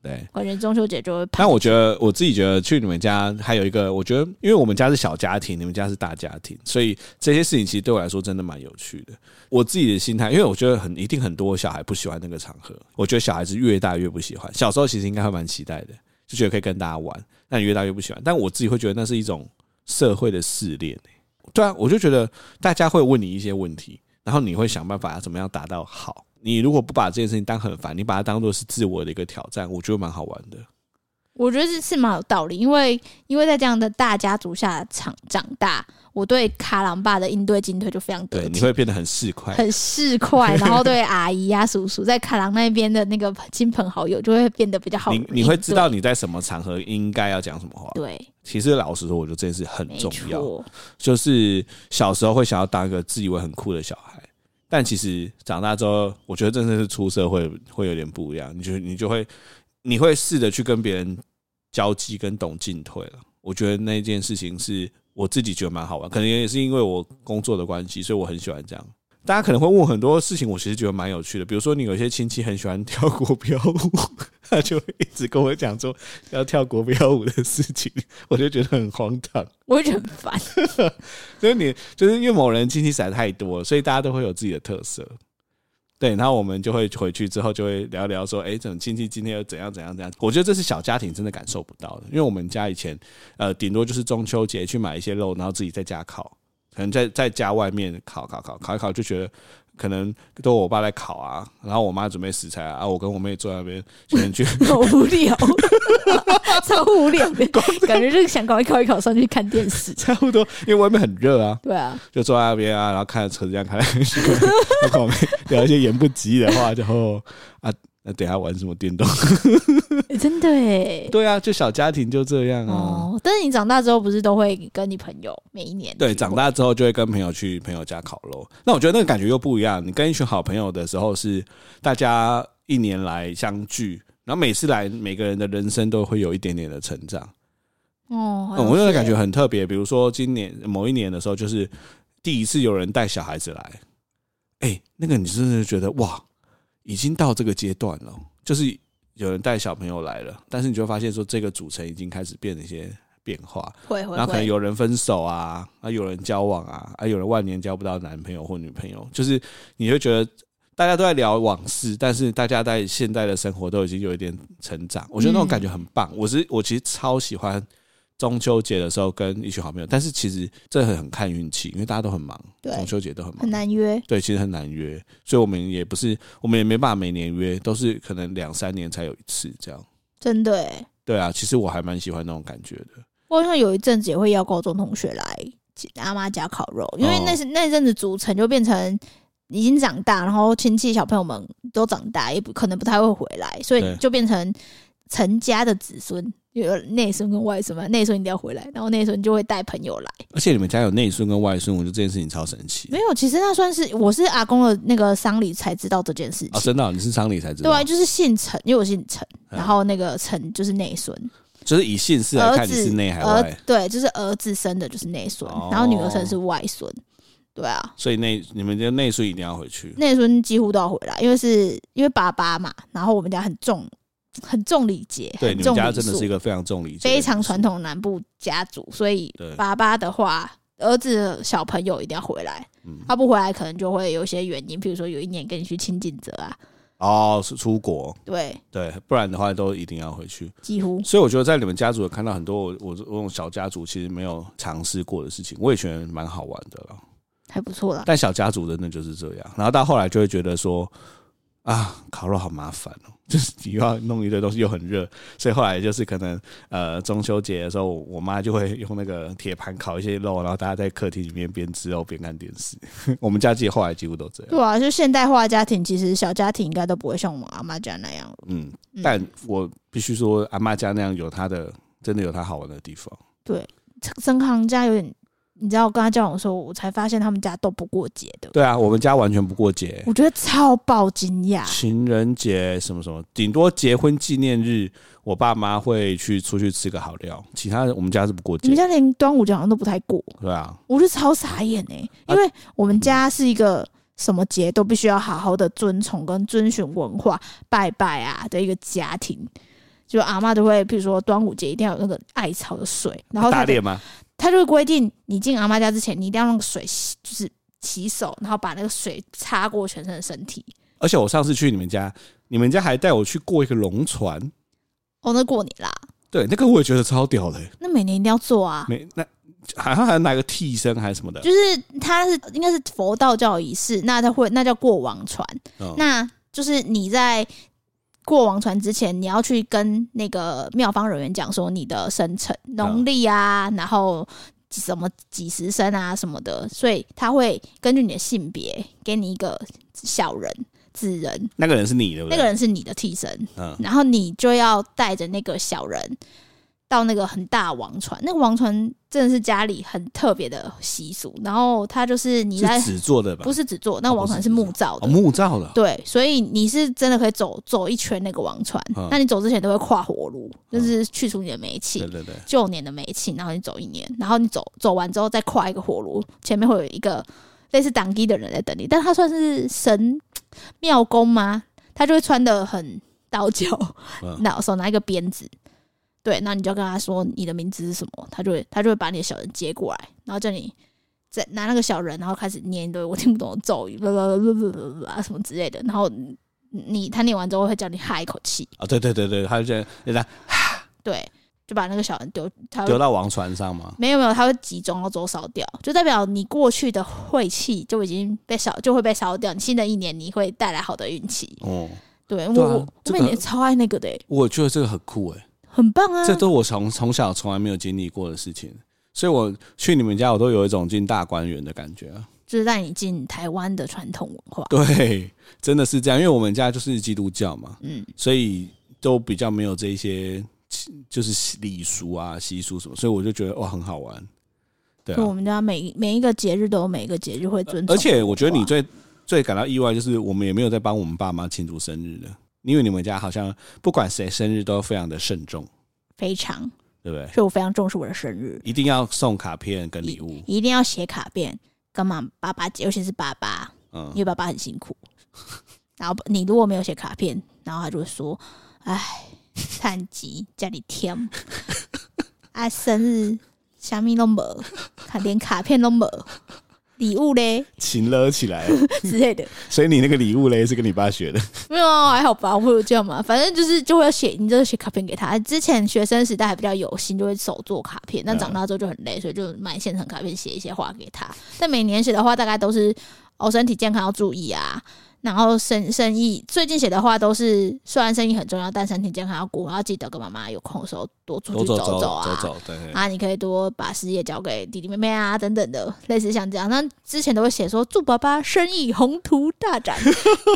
[SPEAKER 1] 对，
[SPEAKER 2] 感觉中秋节就会胖
[SPEAKER 1] 但。我觉得我自己觉得去你们家还有一个，我觉得因为我们家是小家庭，你们家是大家庭，所以这些事情其实对我来说真的蛮有趣的。我自己的心态，因为我觉得很一定很多小孩不喜欢那个场合，我觉得小孩子越大越不喜欢。小时候其实应该会蛮期待的，就觉得可以跟大家玩，但你越大越不喜欢。但我自己会觉得那是一种社会的试炼、欸对啊，我就觉得大家会问你一些问题，然后你会想办法怎么样达到好。你如果不把这件事情当很烦，你把它当做是自我的一个挑战，我觉得蛮好玩的。
[SPEAKER 2] 我觉得这是蛮有道理，因为因为在这样的大家族下长长大，我对卡郎爸的应对进退就非常得
[SPEAKER 1] 对，你
[SPEAKER 2] 体。
[SPEAKER 1] 会变得很市侩。
[SPEAKER 2] 很 市侩，然后对阿姨呀、叔叔，在卡郎那边的那个亲朋好友就会变得比较好应
[SPEAKER 1] 你
[SPEAKER 2] 对。
[SPEAKER 1] 你会知道你在什么场合应该要讲什么话。
[SPEAKER 2] 对，
[SPEAKER 1] 其实老实说，我觉得这件事很
[SPEAKER 2] 没
[SPEAKER 1] 重要。
[SPEAKER 2] 错，
[SPEAKER 1] 就是小时候会想要当一个自以为很酷的小孩，但其实长大之后，我觉得真的是出社会会有点不一样。你就你就会你会试着去跟别人交际，跟懂进退了。我觉得那件事情是我自己觉得蛮好玩，可能也是因为我工作的关系，所以我很喜欢这样。大家可能会问很多事情，我其实觉得蛮有趣的。比如说，你有些亲戚很喜欢跳国标舞，他就会一直跟我讲说要跳国标舞的事情，我就觉得很荒唐。
[SPEAKER 2] 我会觉得很烦。
[SPEAKER 1] 就是你，就是因为某人亲戚实在太多了，所以大家都会有自己的特色。对，然后我们就会回去之后就会聊聊说，哎，怎么亲戚今天又怎样怎样怎样？我觉得这是小家庭真的感受不到的，因为我们家以前，呃，顶多就是中秋节去买一些肉，然后自己在家烤，可能在在家外面烤烤烤烤一烤，就觉得可能都我爸在烤啊，然后我妈准备食材啊，啊我跟我妹坐在那边，可能去。
[SPEAKER 2] 好无聊，超无聊的，感觉就是想搞一搞一搞上去看电视
[SPEAKER 1] 差不多，因为外面很热啊，
[SPEAKER 2] 对啊，
[SPEAKER 1] 就坐在那边啊，然后看着车这样开来开 去，然后跟我们聊一些言不及义的话，然后啊，那等一下玩什么电动？
[SPEAKER 2] 欸真的哎。
[SPEAKER 1] 对啊，就小家庭就这样啊。
[SPEAKER 2] 哦，但是你长大之后不是都会跟你朋友每一年
[SPEAKER 1] 对，
[SPEAKER 2] 聚会
[SPEAKER 1] 长大之后就会跟朋友去朋友家烤肉，那我觉得那个感觉又不一样。你跟一群好朋友的时候是大家一年来相聚，然后每次来每个人的人生都会有一点点的成长。
[SPEAKER 2] 哦，
[SPEAKER 1] 嗯，
[SPEAKER 2] 好像
[SPEAKER 1] 我那个
[SPEAKER 2] 是
[SPEAKER 1] 感觉
[SPEAKER 2] 欸
[SPEAKER 1] 很特别。比如说今年某一年的时候，就是第一次有人带小孩子来，哎、那个你真的觉得哇，已经到这个阶段了，就是有人带小朋友来了，但是你就会发现说这个组成已经开始变了一些变化，
[SPEAKER 2] 会会
[SPEAKER 1] 然后可能
[SPEAKER 2] 会，
[SPEAKER 1] 有人分手啊，啊有人交往啊，啊有人万年交不到男朋友或女朋友，就是你会觉得。大家都在聊往事，但是大家在现在的生活都已经有一点成长，我觉得
[SPEAKER 2] 嗯
[SPEAKER 1] 那种感觉很棒。我是我其实超喜欢中秋节的时候跟一群好朋友，但是其实这很很看运气，因为大家都很忙，
[SPEAKER 2] 对
[SPEAKER 1] 中秋节都很忙，
[SPEAKER 2] 很难约。
[SPEAKER 1] 对，其实很难约，所以我们也不是，我们也没办法每年约，都是可能两三年才有一次这样。
[SPEAKER 2] 真的哎，
[SPEAKER 1] 对啊，其实我还蛮喜欢那种感觉的。
[SPEAKER 2] 我好像有一阵子也会邀高中同学来阿妈家烤肉，因为
[SPEAKER 1] 哦
[SPEAKER 2] 那是、那阵子组成就变成已经长大，然后亲戚小朋友们都长大，也不可能不太会回来，所
[SPEAKER 1] 对
[SPEAKER 2] 以就变成成家的子孙，有内孙跟外孙嘛，内孙一定要回来，然后内孙就会带朋友来。
[SPEAKER 1] 而且你们家有内孙跟外孙，我觉得这件事情超神奇
[SPEAKER 2] 没有，其实那算是我是阿公的那个丧礼才知道这件事
[SPEAKER 1] 啊！
[SPEAKER 2] 情。
[SPEAKER 1] 真的哦、你是丧礼才知道，
[SPEAKER 2] 对啊，就是姓陈，因为我姓陈，
[SPEAKER 1] 嗯
[SPEAKER 2] 然后那个陈就是内孙，
[SPEAKER 1] 就是以姓氏来
[SPEAKER 2] 儿
[SPEAKER 1] 看你
[SPEAKER 2] 子
[SPEAKER 1] 是内还
[SPEAKER 2] 儿
[SPEAKER 1] 外，
[SPEAKER 2] 对，就是儿子生的就是内孙，
[SPEAKER 1] 哦
[SPEAKER 2] 然后女儿生的是外孙，对啊，
[SPEAKER 1] 所以内你们家内
[SPEAKER 2] 嗯
[SPEAKER 1] 孙一定要回去。
[SPEAKER 2] 内孙几乎都要回来，因为是因为爸爸嘛，然后我们家很重很重礼节，
[SPEAKER 1] 对，
[SPEAKER 2] 很
[SPEAKER 1] 你
[SPEAKER 2] 重
[SPEAKER 1] 们
[SPEAKER 2] 礼
[SPEAKER 1] 家真的
[SPEAKER 2] 数
[SPEAKER 1] 是一个非常重礼节的民
[SPEAKER 2] 非
[SPEAKER 1] 俗，
[SPEAKER 2] 常传统南部家族，所以
[SPEAKER 1] 对
[SPEAKER 2] 爸爸的话，儿子的小朋友一定要回来，
[SPEAKER 1] 嗯
[SPEAKER 2] 他不回来可能就会有一些原因，比如说有一年跟你去亲近者啊，
[SPEAKER 1] 哦，是出国，
[SPEAKER 2] 对，
[SPEAKER 1] 对，不然的话都一定要回去。
[SPEAKER 2] 几乎
[SPEAKER 1] 所以我觉得在你们家族有看到很多我我我这种小家族其实没有尝试过的事情，我也觉得蛮好玩的了。
[SPEAKER 2] 还不错啦。
[SPEAKER 1] 但小家族真的就是这样，然后到后来就会觉得说啊，烤肉好麻烦哦、 就是你又要弄一堆东西，又很热，所以后来就是可能呃中秋节的时候，我妈就会用那个铁盘烤一些肉，然后大家在客厅里面边吃肉边看电视。 我们家其实后来几乎都这样，
[SPEAKER 2] 对啊，就现代化家庭，其实小家庭应该都不会像我们阿妈家那样了。
[SPEAKER 1] 嗯，
[SPEAKER 2] 嗯
[SPEAKER 1] 但我必须说，阿妈家那样有她的，真的有她好玩的地方。
[SPEAKER 2] 曾康家有点，你知道，我跟他交往的时候，我才发现他们家都不过节的，
[SPEAKER 1] 对啊，我们家完全不过节，
[SPEAKER 2] 我觉得超爆惊讶。
[SPEAKER 1] 情人节什么什么，顶多结婚纪念日，我爸妈会去出去吃个好料，其他的我们家是不过
[SPEAKER 2] 你
[SPEAKER 1] 节
[SPEAKER 2] 们，家连端午节好像都不太过，
[SPEAKER 1] 对啊，
[SPEAKER 2] 我就超傻眼哎、因为我们家是一个什么节都必须要好好的遵从跟遵循文化拜拜啊的一个家庭。就阿妈都会，比如说端午节一定要有那个艾草的水，然后
[SPEAKER 1] 打
[SPEAKER 2] 他就
[SPEAKER 1] 脸吗？
[SPEAKER 2] 他就会规定，你进阿妈家之前，你一定要用水洗，就是洗手，然后把那个水擦过全身的身体。
[SPEAKER 1] 而且我上次去你们家，你们家还带我去过一个龙船，
[SPEAKER 2] 哦，那过年啦，
[SPEAKER 1] 对，那个我也觉得超屌的、欸，
[SPEAKER 2] 那每年一定要做啊。
[SPEAKER 1] 没那好像还拿个替身还是什么的，
[SPEAKER 2] 就是它是应该是佛道教仪式，那它会那叫过王船，
[SPEAKER 1] 嗯
[SPEAKER 2] 那就是你在过王船之前，你要去跟那个庙方人员讲说你的生辰、农历啊，然后什么几时生啊什么的，所以他会根据你的性别给你一个小人子人，
[SPEAKER 1] 那个人是你对不
[SPEAKER 2] 那
[SPEAKER 1] 对？
[SPEAKER 2] 个人是你的替身，
[SPEAKER 1] 嗯，
[SPEAKER 2] 然后你就要带着那个小人到那个很大的王船，那个王船真的是家里很特别的习俗。然后它就是你在
[SPEAKER 1] 是纸做的吧？哦
[SPEAKER 2] 不
[SPEAKER 1] 是
[SPEAKER 2] 是纸做，那个王船是木造的，
[SPEAKER 1] 哦，木造的，
[SPEAKER 2] 对，所以你是真的可以走走一圈那个王船。
[SPEAKER 1] 嗯
[SPEAKER 2] 那你走之前都会跨火炉，
[SPEAKER 1] 嗯
[SPEAKER 2] 就是去除你的霉气
[SPEAKER 1] 对。对对，
[SPEAKER 2] 旧年的煤气，然后你走一年，然后你走走完之后再跨一个火炉，前面会有一个类似挡机的人在等你，但他算是神庙公吗？他就会穿的很道教
[SPEAKER 1] 嗯，
[SPEAKER 2] 那、手拿一个鞭子，对，那你就跟他说你的名字是什么，他就会他就会把你的小人接过来，然后叫你再拿那个小人，然后开始念一堆我听不懂的咒语，不不不不不不啊什么之类的，然后你你他念完之后会叫你哈一口气，
[SPEAKER 1] 哦，对对对对，他就这样人家
[SPEAKER 2] 对，就把那个小人丢，他会
[SPEAKER 1] 丢到王船上嘛，
[SPEAKER 2] 没有没有，它会集中到后烧掉，就代表你过去的晦气就已经被烧，就会被烧掉。你新的一年你会带来好的运气。
[SPEAKER 1] 哦、
[SPEAKER 2] 对
[SPEAKER 1] 对
[SPEAKER 2] 我、
[SPEAKER 1] 啊
[SPEAKER 2] 我我
[SPEAKER 1] 这个
[SPEAKER 2] 每年超爱那个的、欸，
[SPEAKER 1] 我觉得这个很酷哎、
[SPEAKER 2] 很棒啊！
[SPEAKER 1] 这都我从从小从来没有经历过的事情，所以我去你们家，我都有一种进大观园的感觉啊。
[SPEAKER 2] 就是带你进台湾的传统文化。
[SPEAKER 1] 对，啊真的是这样，因为我们家就是基督教嘛，
[SPEAKER 2] 嗯，
[SPEAKER 1] 所以都比较没有这一些就是礼俗啊、习俗什么，所以我就觉得哇，很好玩。对
[SPEAKER 2] 就我
[SPEAKER 1] 啊，
[SPEAKER 2] 们家每每一个节日都有每一个节日会遵从，
[SPEAKER 1] 而且我觉
[SPEAKER 2] 啊
[SPEAKER 1] 得你最最感到意外就是，我们也没有在帮我们爸妈庆祝生日的，因为你们家好像不管谁生日都非常的慎重，
[SPEAKER 2] 非常，
[SPEAKER 1] 对不对？
[SPEAKER 2] 所以我非常重视我的生日，
[SPEAKER 1] 一定要送卡片跟礼物，
[SPEAKER 2] 一定要写卡片跟妈爸爸姐，尤其是爸爸，
[SPEAKER 1] 嗯
[SPEAKER 2] 因，为爸爸很辛苦。然后你如果没有写卡片，然后他就会说：“哎，叹气，家里添，啊，生日啥咪都没，卡连卡片都没，礼物嘞
[SPEAKER 1] 勤了起来。
[SPEAKER 2] 之类的，
[SPEAKER 1] 所以你那个礼物嘞是跟你爸 学的，
[SPEAKER 2] 没有啊，还好吧，会有这样嘛？反正就是就会写，你就写卡片给他。之前学生时代还比较有心，就会手做卡片，但
[SPEAKER 1] 嗯
[SPEAKER 2] 长大之后就很累，所以就买现成卡片写一些话给他。但每年写的话，大概都是哦，身体健康要注意啊。然后生生意最近写的话都是，虽然生意很重要，但身体健康要顾，然后记得跟妈妈有空的时候多出去走啊，
[SPEAKER 1] 走走，对，
[SPEAKER 2] 啊，你可以多把事业交给弟弟妹妹啊，等等的，类似像这样。那之前都会写说祝爸爸生意宏图 大展，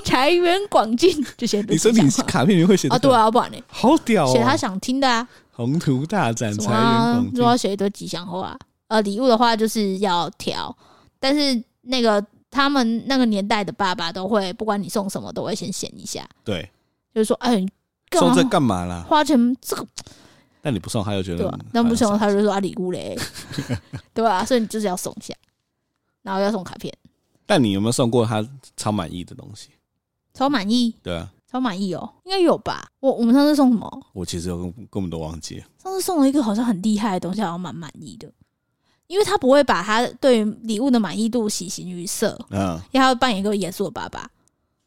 [SPEAKER 2] 财源广进这些东
[SPEAKER 1] 你说
[SPEAKER 2] 西
[SPEAKER 1] 你
[SPEAKER 2] 讲话。
[SPEAKER 1] 卡片里面会写这
[SPEAKER 2] 啊，
[SPEAKER 1] 个
[SPEAKER 2] 对，啊，不然呢？
[SPEAKER 1] 好屌
[SPEAKER 2] 写他
[SPEAKER 1] 哦，
[SPEAKER 2] 想听的啊，
[SPEAKER 1] 宏图大展，
[SPEAKER 2] 什
[SPEAKER 1] 财
[SPEAKER 2] 么
[SPEAKER 1] 源
[SPEAKER 2] 啊
[SPEAKER 1] 广
[SPEAKER 2] 就
[SPEAKER 1] 进，
[SPEAKER 2] 要写一堆吉祥话。呃，礼物的话就是要挑，但是那个他们那个年代的爸爸都会，不管你送什么，都会先显一下，
[SPEAKER 1] 对，
[SPEAKER 2] 就是说，哎，你干
[SPEAKER 1] 送
[SPEAKER 2] 嘛
[SPEAKER 1] 这干嘛啦？
[SPEAKER 2] 花钱这个
[SPEAKER 1] 但你不送，他就觉
[SPEAKER 2] 对
[SPEAKER 1] 得
[SPEAKER 2] 吧？那不
[SPEAKER 1] 哎
[SPEAKER 2] 送
[SPEAKER 1] 呀
[SPEAKER 2] 他就说啊礼物嘞， 对吧？所以你就是要送一下，然后要送卡片，
[SPEAKER 1] 但你有没有送过他超满意的东西？
[SPEAKER 2] 超满意。
[SPEAKER 1] 对啊，
[SPEAKER 2] 超满意哦，应该有吧？我我们上次送什么？
[SPEAKER 1] 我其实根根本都忘记了。
[SPEAKER 2] 上次送了一个好像很厉害的东西，好像蛮满意的，因为他不会把他对于礼物的满意度喜形于色，
[SPEAKER 1] 嗯，
[SPEAKER 2] 因为他要扮演一个严肃的爸爸，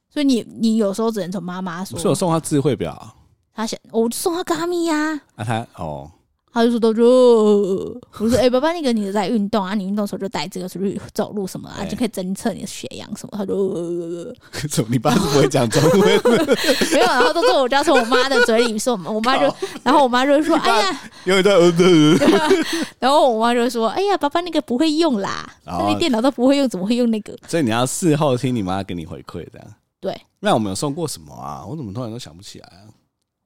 [SPEAKER 2] 所以你你有时候只能从妈妈
[SPEAKER 1] 我
[SPEAKER 2] 说
[SPEAKER 1] 是，有送他智慧表
[SPEAKER 2] 他想我就送他咖咪呀、
[SPEAKER 1] 啊，他哦，
[SPEAKER 2] 他就说都就，呃我说哎、欸爸爸，那个你在运动啊，你运动的时候就带这个出去走路什么啊，
[SPEAKER 1] 对
[SPEAKER 2] 就可以侦测你的血氧什么。他就、呃
[SPEAKER 1] 怎么你爸不会讲中文？
[SPEAKER 2] 没有，啊然后都是我家从我妈的嘴里说，我妈就，然后我妈就会说，哎呀，
[SPEAKER 1] 有一段呃呃呃
[SPEAKER 2] 然后我妈就会说，哎呀，爸爸那个不会用啦，
[SPEAKER 1] 哦
[SPEAKER 2] 那个电脑都不会用，怎么会用那个？
[SPEAKER 1] 所以你要事后听你妈给你回馈这样。
[SPEAKER 2] 对，
[SPEAKER 1] 那我们有送过什么啊？我怎么突然都想不起来啊？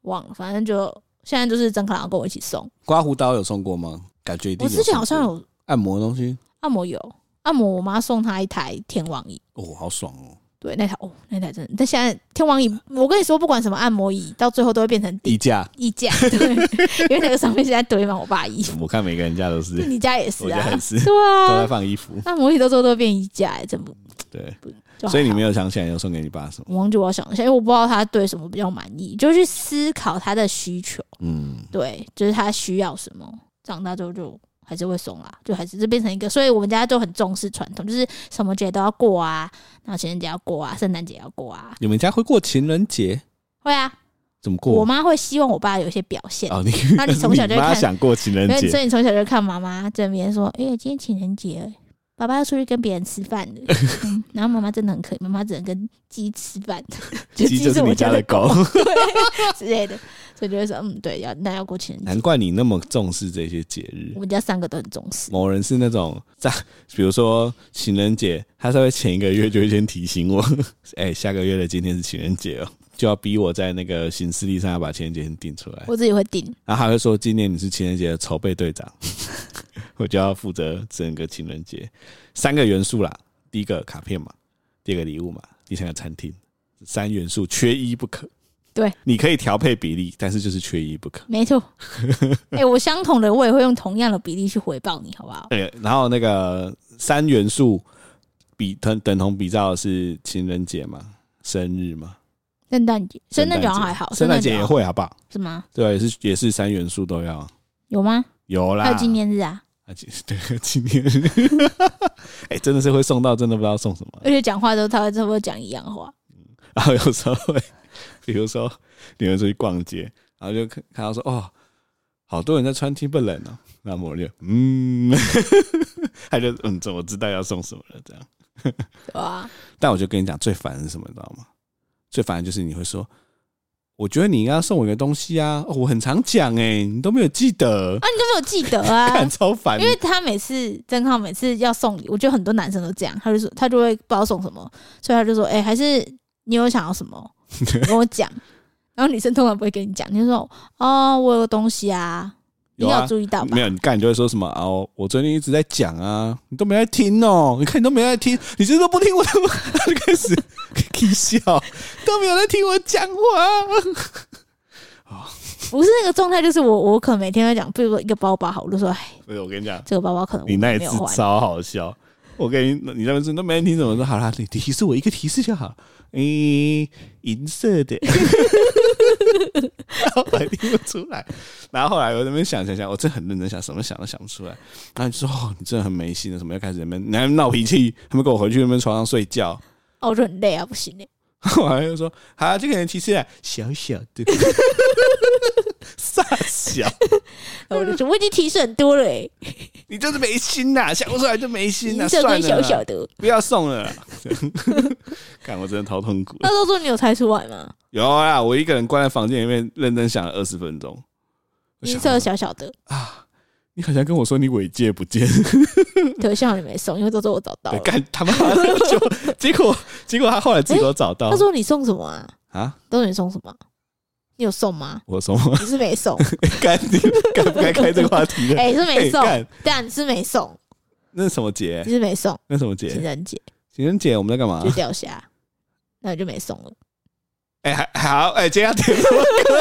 [SPEAKER 2] 忘了，反正就现在就是张克朗跟我一起送。
[SPEAKER 1] 刮胡刀有送过吗？感觉一定有
[SPEAKER 2] 我
[SPEAKER 1] 送过。
[SPEAKER 2] 之前好像有
[SPEAKER 1] 按摩的东西，
[SPEAKER 2] 按摩有按摩，我妈送她一台天王椅。
[SPEAKER 1] 哦，好爽哦！
[SPEAKER 2] 对，那台哦，那台真的，但现在天王椅，我跟你说，不管什么按摩椅，到最后都会变成
[SPEAKER 1] 衣架，
[SPEAKER 2] 衣架，对，因为那个上面现在堆满我爸衣服，
[SPEAKER 1] 我看每个人家都是，
[SPEAKER 2] 你家也是
[SPEAKER 1] 我家
[SPEAKER 2] 啊
[SPEAKER 1] 也，是，
[SPEAKER 2] 对
[SPEAKER 1] 都在
[SPEAKER 2] 啊，
[SPEAKER 1] 放衣服。
[SPEAKER 2] 按摩椅到最后都会变衣架、欸，真不
[SPEAKER 1] 对，
[SPEAKER 2] 就还
[SPEAKER 1] 嗯
[SPEAKER 2] 好
[SPEAKER 1] 所以你没有想起来要送给你爸什么？
[SPEAKER 2] 我忘记我要想一下，因为我不知道他对什么比较满意，就去思考他的需求，
[SPEAKER 1] 嗯，
[SPEAKER 2] 对，就是他需要什么，长大之后就。还是会送啦，就还是就变成一个，所以我们家就很重视传统，就是什么节都要过啊，然后情人节要过啊，圣诞节要过啊，
[SPEAKER 1] 你们家会过情人节？
[SPEAKER 2] 会啊，
[SPEAKER 1] 怎么过？
[SPEAKER 2] 我妈会希望我爸有一些表现，
[SPEAKER 1] 哦，你
[SPEAKER 2] 那你从小就会
[SPEAKER 1] 妈
[SPEAKER 2] 看
[SPEAKER 1] 想过情人
[SPEAKER 2] 所以所
[SPEAKER 1] 节，
[SPEAKER 2] 以你从小就看妈妈这边说，哎、呀，今天情人节，爸爸要出去跟别人吃饭 了、嗯然后妈妈真的很可怜，妈妈只能跟鸡吃饭，就
[SPEAKER 1] 鸡就是
[SPEAKER 2] 我
[SPEAKER 1] 你家的 狗，
[SPEAKER 2] 之类的，所以就会说，嗯，对，要那要过情 人
[SPEAKER 1] 难
[SPEAKER 2] 节，
[SPEAKER 1] 怪你那么重视这些节日
[SPEAKER 2] 我。们家三个都很重视，
[SPEAKER 1] 某人是那种在，比如说情人节，他稍微前一个月就会先提醒我， 哎、下个月的今天是情人节哦，就要逼我在那个行事历上要把情人节先定出来。
[SPEAKER 2] 我自己会定，
[SPEAKER 1] 然后还会说今年你是情人节的筹备队长， 我就要负责整个情人节三个元素啦，第一个卡片嘛，第二个礼物嘛，第三个餐厅，三元素缺一不可。
[SPEAKER 2] 对，
[SPEAKER 1] 你可以调配比例，但是就是缺一不可。
[SPEAKER 2] 没错。哎、我相同的，我也会用同样的比例去回报你，好不好？
[SPEAKER 1] 对，然后那个三元素比等等同比照的是情人节嘛，生日嘛，
[SPEAKER 2] 圣诞节，圣诞节好像还好，
[SPEAKER 1] 圣诞节也
[SPEAKER 2] 好
[SPEAKER 1] 会好不好？
[SPEAKER 2] 是吗？
[SPEAKER 1] 对，也是也是三元素都要
[SPEAKER 2] 有吗？
[SPEAKER 1] 有啦。
[SPEAKER 2] 还有纪念日啊，
[SPEAKER 1] 啊，今对纪念日， 哎、真的是会送到，真的不知道送什么。
[SPEAKER 2] 而且讲话都他会差不多讲一样话，
[SPEAKER 1] 然后有时候会，比如说你们出去逛街，然后就看看到说，哦，好多人在穿 Timberland 哦，那某人就嗯， 他就嗯，怎么知道要送什么了这样。
[SPEAKER 2] 对吧？啊
[SPEAKER 1] 但我就跟你讲，最烦的是什么，你知道吗？最烦的就是你会说，我觉得你应该要送我一个东西啊，哦、我很常讲哎、你都没有记得，
[SPEAKER 2] 啊，你都没有记得
[SPEAKER 1] 看
[SPEAKER 2] 啊。
[SPEAKER 1] 超烦
[SPEAKER 2] 因。为他每次郑浩每次要送礼，我觉得很多男生都这样，他就说他就会不知道送什么，所以他就说：“哎、还是你有想要 什么，你跟我讲。”然后女生通常不会跟你讲，你就说：“哦，我有个东西啊，你
[SPEAKER 1] 有啊
[SPEAKER 2] 有注意到吧
[SPEAKER 1] 没？有，你干你就会说什么啊？我我最近一直在讲啊，你都没在听哦。你看你都没在听，你这都不听我的话，他就开始 开笑，都没有在听我讲话。
[SPEAKER 2] 不是那个状态，就是我我可能每天会讲，比如说一个包包好，我就说：‘哎，
[SPEAKER 1] 所以我跟你讲，
[SPEAKER 2] 这个包包可能
[SPEAKER 1] 你
[SPEAKER 2] 我
[SPEAKER 1] 那一次
[SPEAKER 2] 没有换。’
[SPEAKER 1] 超好笑。我跟你，你那边说都没人听怎么说？好啦，你提示我一个提示就好。诶、银色的， 然后我还听不出来。然后后来我在那边想想想，我真的很认真想，什么想都想不出来。然后你说哦，你真的很没心的，什么又开始在那边你还闹脾气，他们跟我回去那边床上睡觉。
[SPEAKER 2] 哦，我就很累啊，不行嘞、
[SPEAKER 1] 我还就说，好、啊，这个人提示啊，小小的， 傻小，嗯
[SPEAKER 2] 然后我就说：‘我已经提示很多了、欸，
[SPEAKER 1] 你就是没心呐、想不出来就没心呐、
[SPEAKER 2] 银色
[SPEAKER 1] 算
[SPEAKER 2] 跟
[SPEAKER 1] 了
[SPEAKER 2] 小
[SPEAKER 1] 啦。
[SPEAKER 2] 小的。
[SPEAKER 1] 不要送了啦。看我真的超痛苦’。
[SPEAKER 2] 那时候说你有猜出来吗？
[SPEAKER 1] 有啊，我一个人关在房间里面认真想了二十分钟。我
[SPEAKER 2] 银
[SPEAKER 1] 想
[SPEAKER 2] 色小小的，
[SPEAKER 1] 啊，你好像跟我说你尾戒不见，
[SPEAKER 2] 对，幸好你没送，因为都是我找到了。
[SPEAKER 1] 干他妈的！就结果结果他后来自己都找到
[SPEAKER 2] 他说你送什么啊？
[SPEAKER 1] 啊，
[SPEAKER 2] 都是你送什么？你有送吗？
[SPEAKER 1] 我说我
[SPEAKER 2] 你是没送，
[SPEAKER 1] 干你该不该开这个话题呢？
[SPEAKER 2] 哎、你是没送
[SPEAKER 1] 哎干，
[SPEAKER 2] 但、你是没送，
[SPEAKER 1] 那什么节
[SPEAKER 2] 你？是没送。
[SPEAKER 1] 那什么
[SPEAKER 2] 情
[SPEAKER 1] 节？
[SPEAKER 2] 人节
[SPEAKER 1] 情人节我们在干嘛
[SPEAKER 2] 就？掉虾，那你就没送了。
[SPEAKER 1] 哎、还好哎、今天要点什么歌？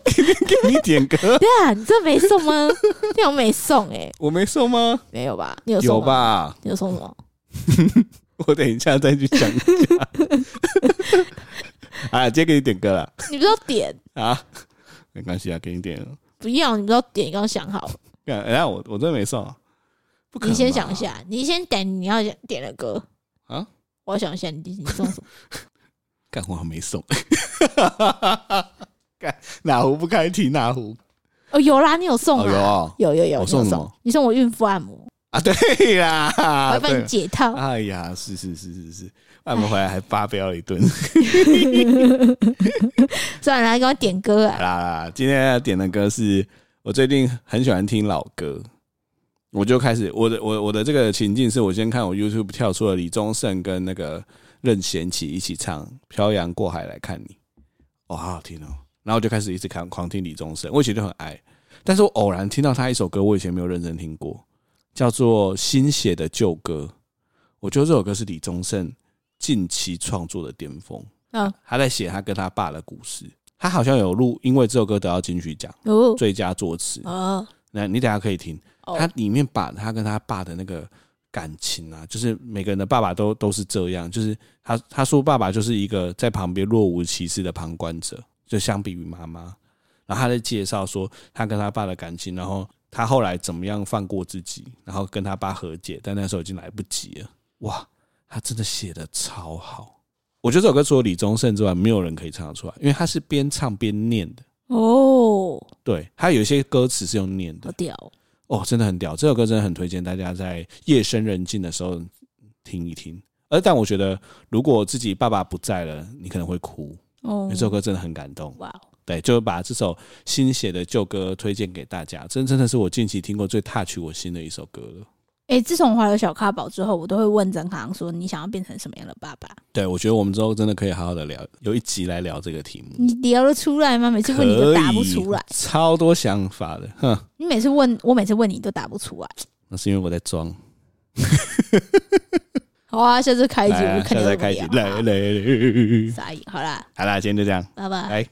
[SPEAKER 1] 给你点歌，
[SPEAKER 2] 对啊，你这没送吗？ 你好像没送哎、
[SPEAKER 1] 我没送吗？
[SPEAKER 2] 没有吧？你有送啊
[SPEAKER 1] 有
[SPEAKER 2] 吗？
[SPEAKER 1] 吧？
[SPEAKER 2] 你有送什么？
[SPEAKER 1] 我等一下再去讲一下。 啊，今天给你点歌了
[SPEAKER 2] 你不要点，
[SPEAKER 1] 啊，没关系啊，给你点了。
[SPEAKER 2] 不要，你不要点，刚刚想好了，
[SPEAKER 1] 干哎呀，我我真的没送啊，不可能
[SPEAKER 2] 你
[SPEAKER 1] 吧
[SPEAKER 2] 先想一下，你先点你要点的歌
[SPEAKER 1] 啊，
[SPEAKER 2] 我想一下，你你送什么？
[SPEAKER 1] 干我还没送， 干哪壶不开提哪壶，
[SPEAKER 2] 哦，有啦，你有送
[SPEAKER 1] 哦有
[SPEAKER 2] 啊，
[SPEAKER 1] 哦
[SPEAKER 2] 有
[SPEAKER 1] 我
[SPEAKER 2] 有有，你有
[SPEAKER 1] 送什么？
[SPEAKER 2] 你送我孕妇按摩，
[SPEAKER 1] 啊，对啦，
[SPEAKER 2] 我要帮
[SPEAKER 1] 对
[SPEAKER 2] 你解套。
[SPEAKER 1] 哎呀，是是是是是，按摩回来还发飙了一顿。
[SPEAKER 2] 算了，给我点歌
[SPEAKER 1] 好
[SPEAKER 2] 啊！
[SPEAKER 1] 啦好啦，今天要点的歌是我最近很喜欢听老歌，我就开始我的我我的这个情境是我先看我 YouTube 跳出了李宗盛跟那个任贤齐一起唱《漂洋过海来看你》，哦，好好听哦。然后我就开始一直看狂听李宗盛，我以前就很爱，但是我偶然听到他一首歌，我以前没有认真听过，叫做《新写的旧歌》。我觉得这首歌是李宗盛近期创作的巅峰。
[SPEAKER 2] 嗯，
[SPEAKER 1] 他在写他跟他爸的故事。他好像有录，因为这首歌得到金曲奖
[SPEAKER 2] 哦
[SPEAKER 1] 最佳作词。
[SPEAKER 2] 哦
[SPEAKER 1] 那你等一下可以听，他
[SPEAKER 2] 哦，
[SPEAKER 1] 里面把他跟他爸的那个感情啊，就是每个人的爸爸都都是这样，就是他他说爸爸就是一个在旁边若无其事的旁观者，就相比于妈妈。然后他在介绍说他跟他爸的感情，然后他后来怎么样放过自己，然后跟他爸和解，但那时候已经来不及了。哇，他真的写的超好。我觉得这首歌除了李宗盛之外，没有人可以唱得出来，因为他是边唱边念的。
[SPEAKER 2] 哦，
[SPEAKER 1] 对，他有一些歌词是用念的
[SPEAKER 2] 好，屌哦！
[SPEAKER 1] 哦，真的很屌，这首歌真的很推荐大家在夜深人静的时候听一听。而但我觉得，如果自己爸爸不在了，你可能会哭，因
[SPEAKER 2] 哦
[SPEAKER 1] 为这首歌真的很感动。
[SPEAKER 2] 哇哦，
[SPEAKER 1] 对，就把这首新写的旧歌推荐给大家，真真的是我近期听过最 touch 我心的一首歌了。
[SPEAKER 2] 哎，自从我怀了小咖宝之后，我都会问曾航说：“你想要变成什么样的爸爸
[SPEAKER 1] 对，我觉得我们之后真的可以好好的聊，有一集来聊这个题？”目。
[SPEAKER 2] 你聊得出来吗？每次问你都答不出来
[SPEAKER 1] 可以，超多想法的，哼，
[SPEAKER 2] 你每次问我，每次问你都答不出来。
[SPEAKER 1] 那是因为我在装。
[SPEAKER 2] 好啊，下次开一集
[SPEAKER 1] 来
[SPEAKER 2] 我
[SPEAKER 1] 啊，
[SPEAKER 2] 就看
[SPEAKER 1] 下次再
[SPEAKER 2] 你会不会
[SPEAKER 1] 开一集，
[SPEAKER 2] 聊。
[SPEAKER 1] 来来来，
[SPEAKER 2] 傻眼，好啦，
[SPEAKER 1] 好啦，今天就这样，
[SPEAKER 2] 拜拜。
[SPEAKER 1] 来。